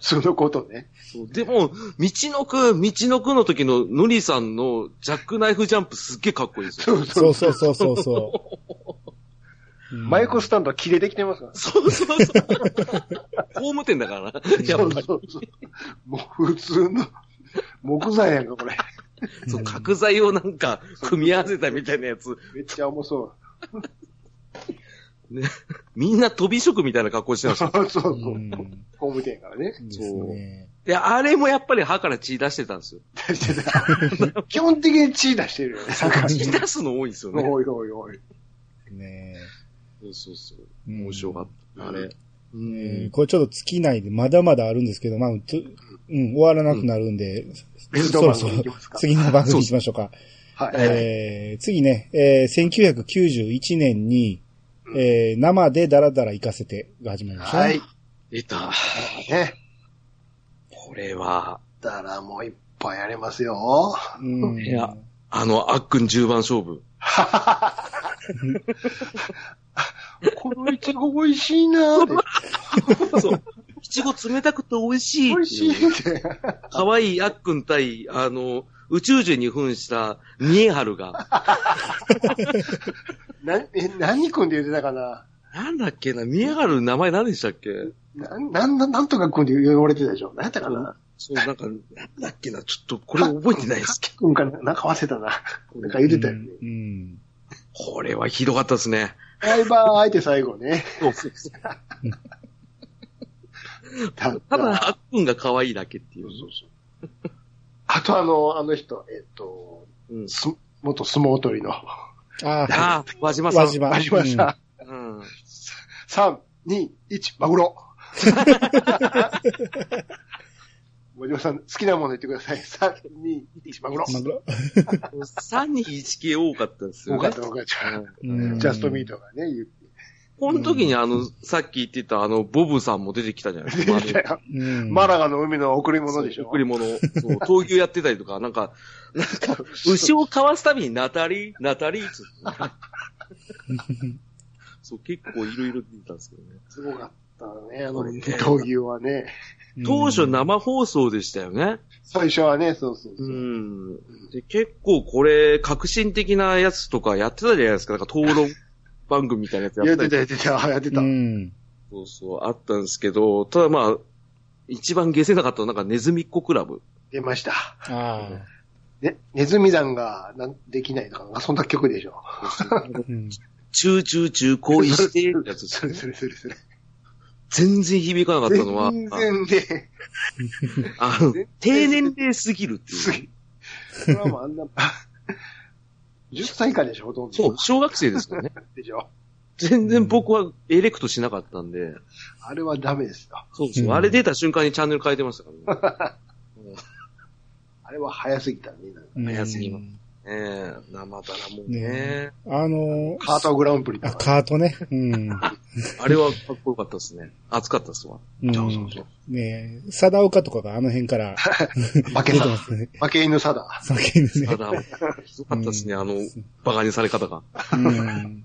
S2: そのことね。
S3: そうでも、道のくん、道のくんの時ののりさんのジャックナイフジャンプすっげえかっこいいですよ。
S2: そうそ。
S1: そううそうそうそうそう。
S2: マイク
S1: ス
S2: スタンドは切れてきてますから。
S3: そうそうそう。 工務店だからな。やっぱり。
S2: そうそうそうもう普通の木材やんか、これ。
S3: そう、角材をなんか組み合わせたみたいなやつ。
S2: めっちゃ重そう。
S3: みんな飛び職みたいな格好して ました
S2: そ
S3: よ。
S2: うそう。
S1: うん。
S2: ホーム店からね。
S1: ですね。
S3: で、あれもやっぱり歯から血出してたんですよ。
S2: 出してた 基本的に血出してるよね。なんか
S3: 血出すの多いんですよね。
S2: おいおいおい。
S1: ね
S3: そうそうそう。
S1: え。
S3: 面白かった。あれ。う
S1: えー
S3: ん。
S1: これちょっと尽きないで、まだまだあるんですけど、まあ、ちょうん、終わらなくなるんで、
S2: 別
S1: そろ
S2: の番
S1: そろ
S2: 組行きますか。
S1: 次の番組にしましょうか。
S2: はい。
S1: えー次ね、えー1991年に、えー生でダラダラ行かせてが始まりましたね。
S2: はい。
S3: 出た。
S2: ね。
S3: これは、
S2: だからもういっぱいあります よ。
S1: うん。
S3: いやあの、あっくん10番 勝負。
S2: このイチゴ美味しいなーって。
S3: そう。いちご冷たくて美味しい。
S2: 美味しい。って。
S3: 可愛いあっくん対、あの、宇宙人に扮した、ニエハルが。
S2: な、え、何組んで言ってたかな
S3: なんだっけな、ニエハルの名前何でしたっけ
S2: なん、なんだ、なんとか組んで言われてたでしょ何やったかな
S3: そう、なんか、なんだっけな、ちょっとこれ覚えてないですけど。
S2: 君かな、なんか忘れたな。なんか言ってたよね。
S1: うんうん。
S3: これはひどかったですね。
S2: ライバー相手最後 ね。ただ
S3: ただ、あっくんが可愛いだけっていう。
S2: あとあの、あの人、えっと、
S3: うん、
S2: す、元相撲取りの。
S1: ああ、
S3: ああ、和島さん。
S1: 和島。
S2: ありました。
S3: うん。
S2: 3、2、1、マグ ロ。森島さん、好きなもの言ってください。3、2、1、マグロ
S1: うん。。マグロ
S3: 321系多かったですよ
S2: 多
S3: ね。
S2: かった、多かった。
S1: うん
S2: ジャストミートがね、言う
S3: この時にあの、さっき言ってたあの、ボブさんも出てきたじゃないですか。
S2: 出てきたよ。
S1: うん
S2: マラガの海の贈り
S3: あの
S2: 物でしょ。
S3: 贈り物。そう、闘牛やってたりとか、なんか、なんか、牛をかわすたびにナタリー、ナタリーっつって そう、結構いろいろ出てたんですけどね。
S2: すごかったね、あの、闘牛はね。
S3: 当初、生放送でしたよね。
S2: 最初はね、そうそうそうう。
S3: ん。で、結構これ、革新的なやつとかやってたじゃないですか。なんか討論番組みたいなやつやっ
S2: や
S3: て
S2: ったて
S3: り
S2: た、やってた、やってた
S1: う。ん。
S3: そうそう、あったんですけど、ただまあ、一番下せなかったのはなんかネズミっ子クラブ。
S2: 出ました。
S1: ああ。
S2: ね、ネズミ団がなんできないとか、なんかそんな曲でしょ。
S1: うん
S3: チューチューチュー恋してってや つ
S2: それそれそれそれ。
S3: 全然響かなかったのは、
S2: 全然で、
S3: あの、低年齢すぎるって
S2: す
S3: いう。
S2: ぎ。それはもうあんな、10歳以下でしょ、ほとんど。
S3: そう、小学生ですからね。
S2: でしょ。
S3: 全然僕はエレクトしなかったんで、
S2: あれはダメですよ。
S3: そうそう、
S1: うん
S3: あれ出た瞬間にチャンネル変えてましたからね。
S2: あれは早すぎたね。なんか
S1: うん
S3: 早すぎまええ生だらもうね
S1: ね。あのー
S2: カートグランプリと
S1: あ、
S2: か。
S1: カートね。うん。
S3: あれはかっこよかったですね。熱かったっすわ。
S1: うん
S2: そうそうそう。
S1: ねえ、サダオカとかがあの辺から
S2: 負け
S1: 出てま
S2: た。
S1: すね。
S2: 負け犬さだ。
S1: その辺で
S3: た
S1: ね。
S3: だ、すごかったですね、あの、バカにされ方が。
S1: うん。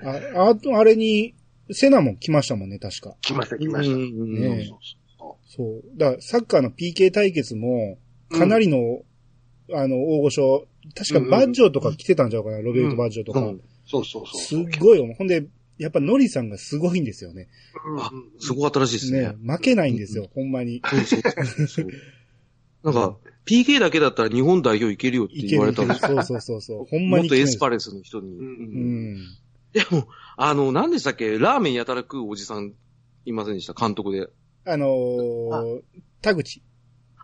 S1: あ、あと、あれに、セナも来ましたもんね、確か。
S2: 来ました、来ました。
S3: うんうんうん
S1: ね
S2: そうそ
S1: そう。だから、サッカーの PK 対決も、かなりの、あの、大御所、確かバッジョとか来てたんちゃうかな、ロベルト・バッジョとか。
S3: うん
S2: うそうそうそう
S1: す
S2: そう。
S1: っごいよ。ほんで、やっぱノリさんがすごいんですよね。
S2: うん
S3: あ
S2: うん、
S3: すごかったらしいです
S1: ね
S3: ね。
S1: 負けないんですよ、ほんまに。
S3: そうそうそうそう。なんか、PK だけだったら日本代表いけるよって
S1: いけ
S3: 言わ
S1: る
S3: れ
S1: い
S3: た
S1: け
S3: んで
S1: る。
S3: すよ
S1: そうそうそうそう。 ほんまに。
S3: 元エスパレスの人に。
S2: う
S3: うん
S1: うんん。
S3: でも、あの、何でしたっけラーメンやたら食うおじさんいませんでした監督で。
S1: あのー、田口。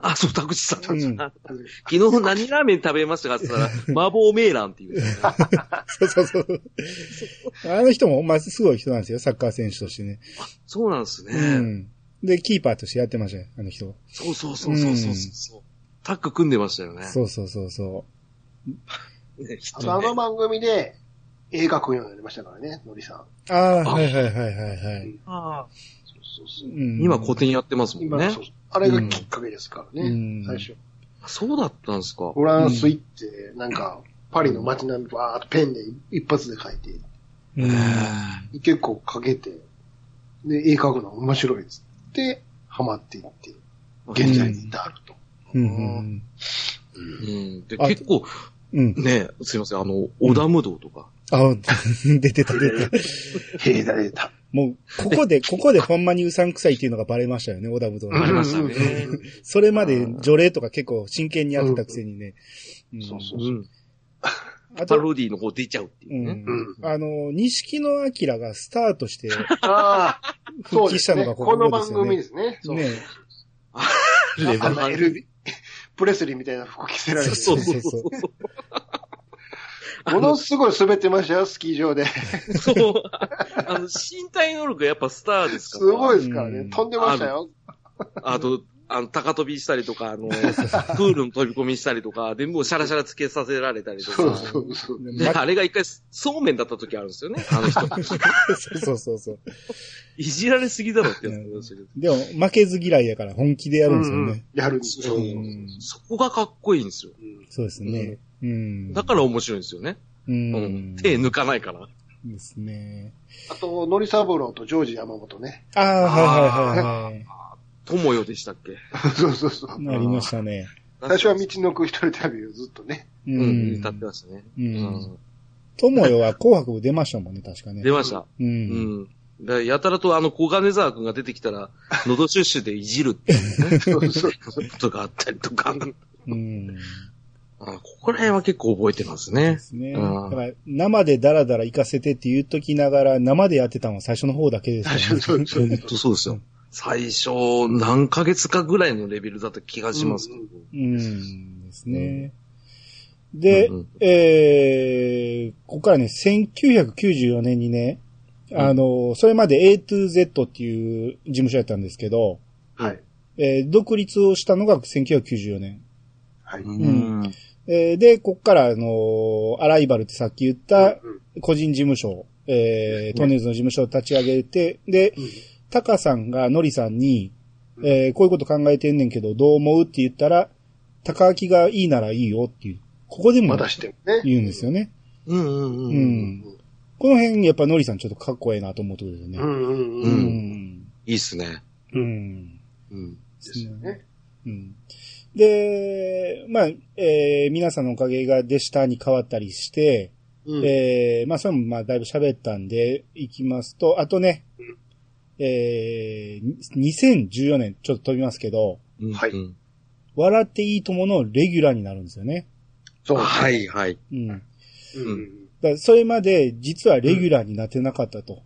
S3: あ、そう、田口さん。
S1: うん
S3: 昨日何ラーメン食べましたかって 言ったら、麻婆メーランっていう、ね。
S1: そうそうそう。あの人もほんますごい人なんですよ、サッカー選手としてね。
S3: そうなんですね。
S1: うん。で、キーパーとしてやってましたよ、あの人。
S3: そうそうそうそうそうそう、タッグ組んでましたよね。
S1: そうそうそうそ
S2: あ
S3: ねきっと
S2: とあ
S3: ね
S2: の番組で映画組むようになりましたからね、のりさん。
S1: う。ああ、
S3: あ
S1: はいはいはいはいはい。、
S3: ああ
S2: そうそうそううん
S3: 今古典やってますもん
S2: 今、
S3: ね
S2: そ。うあれがきっかけですからね、
S1: うん
S2: 最初。
S3: そうだったんですか。
S2: フランス行って、なんか、パリの街並みばーっとペンで一発で書いて、
S1: うん。
S2: 結構かけて、で、絵描くの面白いっつって、ハマっていって、現在に至ると。
S1: うん。
S3: うん、で
S1: あ
S3: 結構、
S1: うん。
S3: ね、すいません、あの、織田無道とか。
S1: あ、 出てた 出てた。
S2: へえ、だれた。
S1: もう、ここで、ここでほんまにうさんくさいっていうのがバレましたよね、小田武道
S3: あ
S1: の
S3: りましたね。、
S1: それまで除霊とか結構真剣にやってたくせにね。ん
S2: そうそううん
S1: あ
S3: パ
S1: と、
S3: ロディの方出ちゃうっていううね。
S1: ん
S2: う。
S1: あの、錦野明がスターとして
S2: ああ、
S1: 復
S2: そうで
S1: 帰し
S2: す
S1: た
S2: ね。
S1: のが
S2: こ
S1: ここ
S2: の
S1: で
S2: 番
S1: すよ
S2: 組
S1: ね
S2: で。すね。そう
S1: ね
S3: レ
S2: あ
S3: バ
S2: んなエ
S3: ー
S2: ルビ、 プレスリーみたいな服着せられて。
S3: そうそうそうそう。
S2: ものすごい滑ってましたよ、スキー場で。
S3: そう。あの、身体能力がやっぱスターです
S2: す
S3: から。
S2: ごいですから
S1: うん
S2: ね。飛んでましたよ。
S3: あと、あの、高飛びしたりとか、あの、プールの飛び込みしたりとか、で、もうシャラシャラつけさせられたりと
S2: そう
S3: か。
S2: そうそう。
S3: で、あれが一回、そうめんだった時あるんですよね、あの人。
S1: そうそうそうそう。
S3: いじられすぎだろってやつ、
S1: でも、負けず嫌いやから本気でやるんですよね。
S2: やるんですよ。
S3: う
S2: うん
S1: うん
S3: そこがかっこいいんですよ。
S2: ん
S1: そうですね。うん。
S3: だから面白いんですよね。
S1: う
S3: うんん。。手抜かないから。
S1: ですね。
S2: あと、ノリサブローとジョージ山本ね。
S1: ああ、はいはいはいはい。
S3: 友よでしたっけ
S2: そうそうそう。
S1: なりましたね。
S2: 最初は道のく一人旅をずっとね。
S1: う
S3: うん、
S1: ん
S3: 歌。ってましたね。
S1: う。
S3: うんん。
S1: 友よは紅白出ましたもんね、確かね
S3: 出。ました。
S1: う。
S3: うんん。だからやたらとあの、小金沢くんが出てきた ら、喉シュッシュでいじるっていうね
S2: そうそう。
S3: ことがあったりとか。
S1: うん。
S3: あここら辺は結構覚えてますね
S1: で。すね。だ
S3: うん
S1: から、生でダラダラ行かせてって言っときながら、生でやってたのは最初の方だけですよね。
S2: そうそうそう。
S3: 本当そうですよ。最初、何ヶ月かぐらいのレベルだった気がしますけど。
S1: うん。ですね。で
S3: うんうん、
S1: えー、ここからね、1994年にね、あの、それまで A to Z っていう事務所やったんですけど、
S2: はい。
S1: えー独立をしたのが1994年。
S2: はい。
S3: う
S2: うん
S3: ん。
S1: えーで、こっから、あのーアライバルってさっき言った
S2: うん
S1: 個人事務所、えー、
S3: うん
S1: トンネルズの事務所を立ち上げて、で、タカさんがノリさんに、
S2: うん
S1: えーこういうこと考えてんねんけど、どう思うって言ったら、高明がいいならいいよっていう、ここでも
S2: またしてもね。
S1: 言うんですよね。
S3: うんうん
S1: う
S3: うん。
S1: ん。この辺、やっぱノリさんちょっとかっこええなと思うところですよね
S2: う。んうん
S1: う
S2: うん。
S1: ん。
S3: いいっすね。
S1: うん。
S3: うん。
S2: ですよね。
S1: うんで、まあ、えー皆さんのおかげがでしたに変わったりして、
S2: うん
S1: えーまあ、それもまあ、だいぶ喋ったんで、いきますと、あとね、えー、2014年、ちょっと飛びますけど、
S2: はい
S3: うん
S1: 笑っていいとものレギュラーになるんですよね。
S2: そう。
S3: はいはい。
S1: うん。
S2: うんうん
S1: からそれまで実はレギュラーになってなかったと。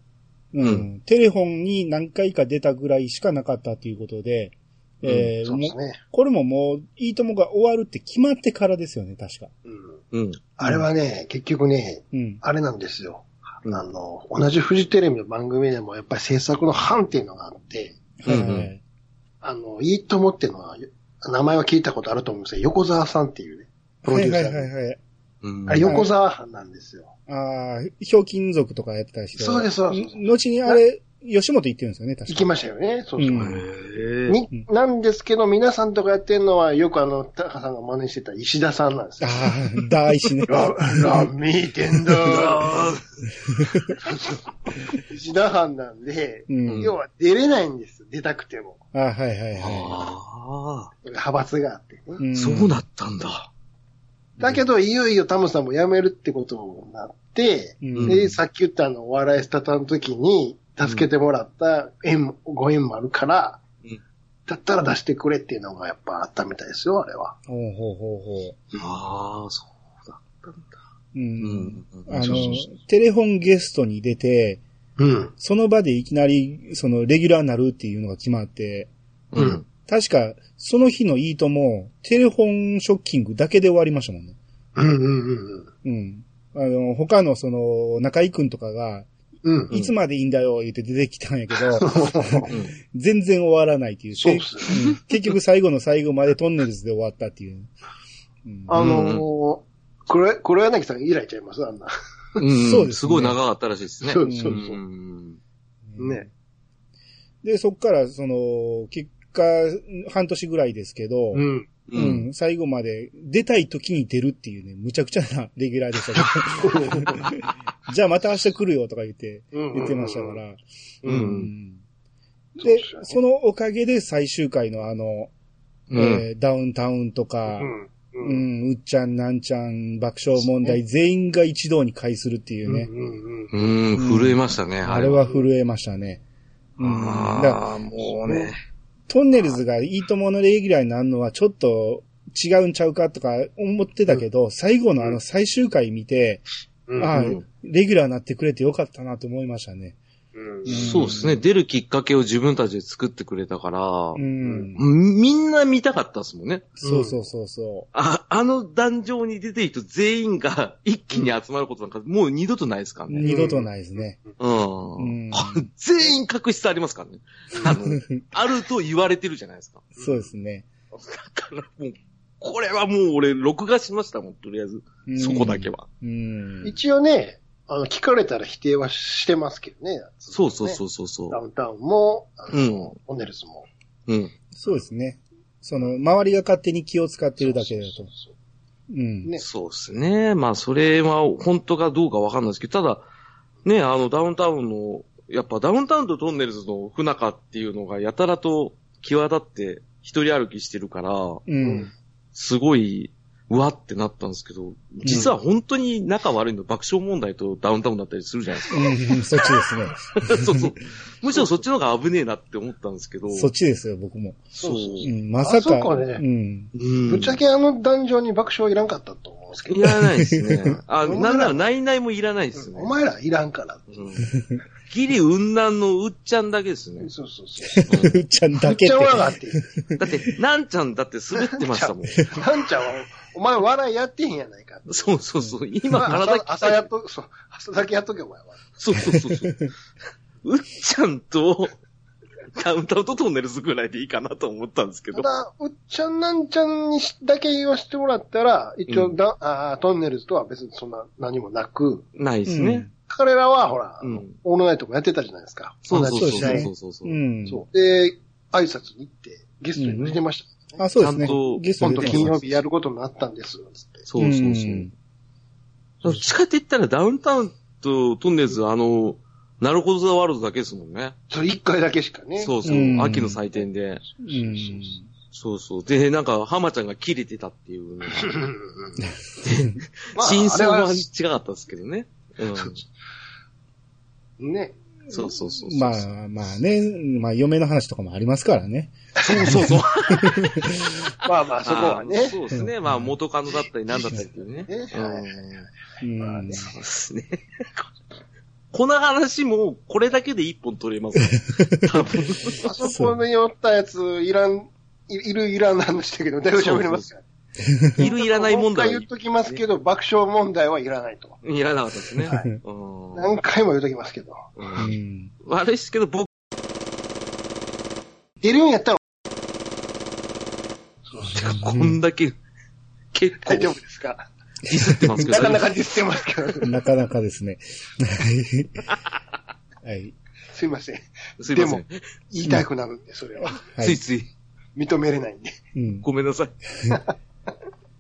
S1: うん。
S3: うん
S1: テレフォンに何回か出たぐらいしかなかったということで、えー
S2: そうです
S1: もう
S2: ね。
S1: これももう、いいともが終わるって決まってからですよね、確か。
S2: うん。
S3: うん。
S2: あれはね、結局ね、
S1: うん。
S2: あれなんですよ。あ
S3: うん
S2: の、同じフジテレビの番組でもやっぱり制作の班っていうのがあって、
S1: はいはい
S3: うん
S1: は
S3: う
S1: い。
S2: あの、いいと思っていうのは、名前は聞いたことあると思うんですけど、横澤さんっていうね、プロ
S1: は
S2: デュ
S1: い
S2: ーサ
S1: は
S2: ー
S1: い
S2: が。
S1: はいはい。
S3: うん
S2: あれ横澤班なんですよ。
S1: ああ、ひょうきん族とかやってたりして。
S2: そうですそうです
S1: ん後にあれ、吉本行ってるんですよね、確か。
S2: 行きましたよね。そうそう。
S1: うん
S3: へえ。
S2: になんですけど、皆さんとかやってるのは、よくあの、タカさんが真似してた石田さんなんですよ。
S1: ああ、大 師ね。
S2: ラ、ラミーテンダー。石田班なんで、
S1: うん。
S2: 要は出れないんですよ。出たくても。
S1: ああ、はいはいは
S3: ああ、
S2: 派閥があってね、
S1: い。ん
S3: そうなったんだ。
S2: だけど、いよいよタムさんも辞めるってことになって、
S1: うん
S2: で、さっき言ったあの、お笑いスタタの時に、助けてもらった縁、ご縁もあるから、
S3: うん
S2: だったら出してくれっていうのがやっぱあったみたいですよ、あれは。
S1: ほうほうほうほ
S3: ああ、そうだ。
S1: う。う。
S3: うんん。
S1: あ
S2: そ
S1: の
S2: うそうそ、
S1: テレフォンゲストに出て、
S2: うん。
S1: その場でいきなり、その、レギュラーになるっていうのが決まって、
S3: うん。
S1: 確か、その日のいいとも、テレフォンショッキングだけで終わりましたもんね。
S2: うんうん
S1: うん。あの、他のその、中井くんとかが、
S2: うんうん。
S1: いつまでいいんだよ、言って出てきたんやけど、
S2: そう
S3: うん
S1: 全然終わらないっていう。
S2: そうっ
S1: け
S2: すね。
S1: うん結局最後の最後までトンネルズで終わったっていう。うん
S2: あのー、黒柳黒柳さん以来ちゃいますあんな。
S3: うん
S1: そうですね
S3: すごい長かったらしいです ね。
S2: そうそうそう
S3: うん
S2: ね。
S1: で、そっから、その、結果、半年ぐらいですけど、
S2: うん。
S1: う
S3: うんん。
S1: 最後まで出たい時に出るっていうね、むちゃくちゃな レギュラーでしたけど、 じゃあまた明日来るよとか言って、
S2: 言
S1: 言ってましたか。ら。
S2: う。
S1: うんん
S2: そう
S1: で
S2: っすよ、ね
S1: そのおかげで最終回のあの、
S3: うん。
S1: えーダウンタウンとか、
S2: う。
S1: うんん、うっちゃん、なんちゃん、爆笑問題、全員が一堂に会するっていうね。
S2: うんうん
S3: うん。震えましたね、
S1: あれは震えましたね。うん。だから
S3: ああ、もうね。
S1: トンネルズがいいとものレギュラーになるのはちょっと違うんちゃうかとか思ってたけど、最後のあの最終回見て、
S2: うん。
S1: ああ
S3: うん、
S1: レギュラーになってくれてよかったなと思いましたね。
S2: うん
S1: うん
S3: そうですね。出るきっかけを自分たちで作ってくれたから、
S1: うん。
S3: みんな見たかったですもんね。
S1: そうそうそうそ
S3: あ、あの壇上に出ている人全員が一気に集まることなんかもう二度とないですから
S1: う。
S3: ね。
S1: 二度とないですね。
S3: う
S1: うん
S3: ん。全員確執ありますからね。あの、あると言われてるじゃないですか。
S1: そうですね。
S3: だからもう、これはもう俺録画しましたもん、とりあえず。
S1: うん
S3: そこだけ。は。
S1: うん。
S2: 一応ね、あの、聞かれたら否定はしてますけどね。
S3: そうそうそうそうそ
S2: ダ
S3: う。
S2: ウンタウンも、あ
S3: う
S2: の
S3: ん
S2: オネルスも。
S3: うん。
S1: そうですね。その、周りが勝手に気を使ってるだけだ
S2: そう
S1: と。
S2: そう
S1: うん。
S2: ね
S3: そうですね。まあ、それは本当かどうかわかんないですけど、ただ、ね、あの、ダウンタウンの、やっぱダウンタウンとトンネルズの不仲っていうのがやたらと際立って一人歩きしてるから、
S1: うん。
S3: すごい、うわってなったんですけど、実は本当に仲悪いの爆笑問題とダウンタウンだったりするじゃないです
S1: うん、そっちですね。
S3: か。 そうそう。むしろそっちの方が危ねえなって思ったんですけど。
S1: そっちですよ、僕も。
S3: そう。
S1: う、
S3: うん
S1: まさか。
S2: あそこね
S1: うん。
S3: ん。
S2: ぶっちゃけあの壇上に爆笑いらんかったと思うんですけ
S3: い
S2: ど。
S3: らないですね。あ、
S2: お前
S3: な
S2: ら
S3: んなら、ないないもいらないですね
S2: お。前らいらんから。
S3: うん。ギリ雲南のうっちゃんだけですね。
S2: そうそう そう。
S1: うっちゃんだ
S2: めっ
S1: けっ
S2: ち
S1: て
S2: ゃ。笑がっていい。
S3: だって、なんちゃんだって滑ってましたもん。
S2: なんちゃんは、お前笑いやってへんやないか。
S3: そうそうそう。今
S2: 今
S3: 体
S2: 朝、朝や
S3: や
S2: っと、そう、朝だけやっとけお前は。
S3: そうそうそうそう。 うっちゃんと、ダウンタウンとトンネルズぐらいでいいかなと思ったんですけ
S2: た
S3: ど。
S2: だ、うっちゃんなんちゃんにしだけ言わせてもらったら、一応だ、あートンネルズとは別にそんな何もなく、
S3: ないですね。
S2: 彼らはほら、
S3: うん
S2: オールナイトもやってたじゃないですか。
S3: そうそう
S1: 同じ時代
S3: そうそうそうう。
S1: ん。
S2: そう。で、挨拶に行って、ゲストに出てました。
S1: あ、そうですね
S3: ちゃんと。
S1: ゲストに
S2: 今
S1: 出
S2: 度
S1: て
S2: 金
S1: ま
S2: 曜
S1: す。
S2: 日やることになったんです、つって。
S3: そうそうそう。
S1: ん
S3: どっちかって言ったらダウンタウンとトンネルズ、あの、なるほどザワールドだけですもんね。
S2: それ一回だけしかね。
S3: そうそう
S1: う。ん
S3: 秋の祭典で。
S1: うん。
S3: そうそう。で、なんか、浜ちゃんが切れてたっていうのが。
S2: うんうんうん。まあ
S3: 真相
S2: あれ
S3: は
S2: は
S3: 違かったですけどね。うん。
S2: ね。
S3: そうそうそうそう。
S1: まあまあね、まあ嫁の話とかもありますからね。
S3: そうそうそう。
S2: まあまあ、そこは
S3: あー
S2: ね。
S3: そうですね。まあ、元カノだったり何だったりっていうね。
S2: ね
S3: うん
S1: うん。
S3: そうですね。この話も、これだけで一本取れますよ。多分。
S2: あそこにおったやつ、いらん、いいるいらんなんでしたけど、だいぶ喋れますから。
S3: いるいらない問題
S2: もう一回言っときますけど、爆笑問題はいらないと。
S3: いらなかったですね。
S1: はい
S3: うん
S2: 何回も言っときますけど。
S1: う
S3: うん
S1: ん。
S3: 悪いですけど、僕、
S2: 出るんやったら
S3: こんだけ、結構
S2: 大
S3: デ
S2: 丈
S3: ィ
S2: 夫ですか
S3: スってますけ
S2: な
S3: ど。
S2: かなかディスってますけど。
S1: なかなかですね。はい。
S2: すいません。
S3: すいません。
S2: 言いたくなるんで、それは。
S1: は
S3: つ
S1: い
S3: い。つい、
S2: 認めれないんで。
S1: うん。
S3: ごめんなさい。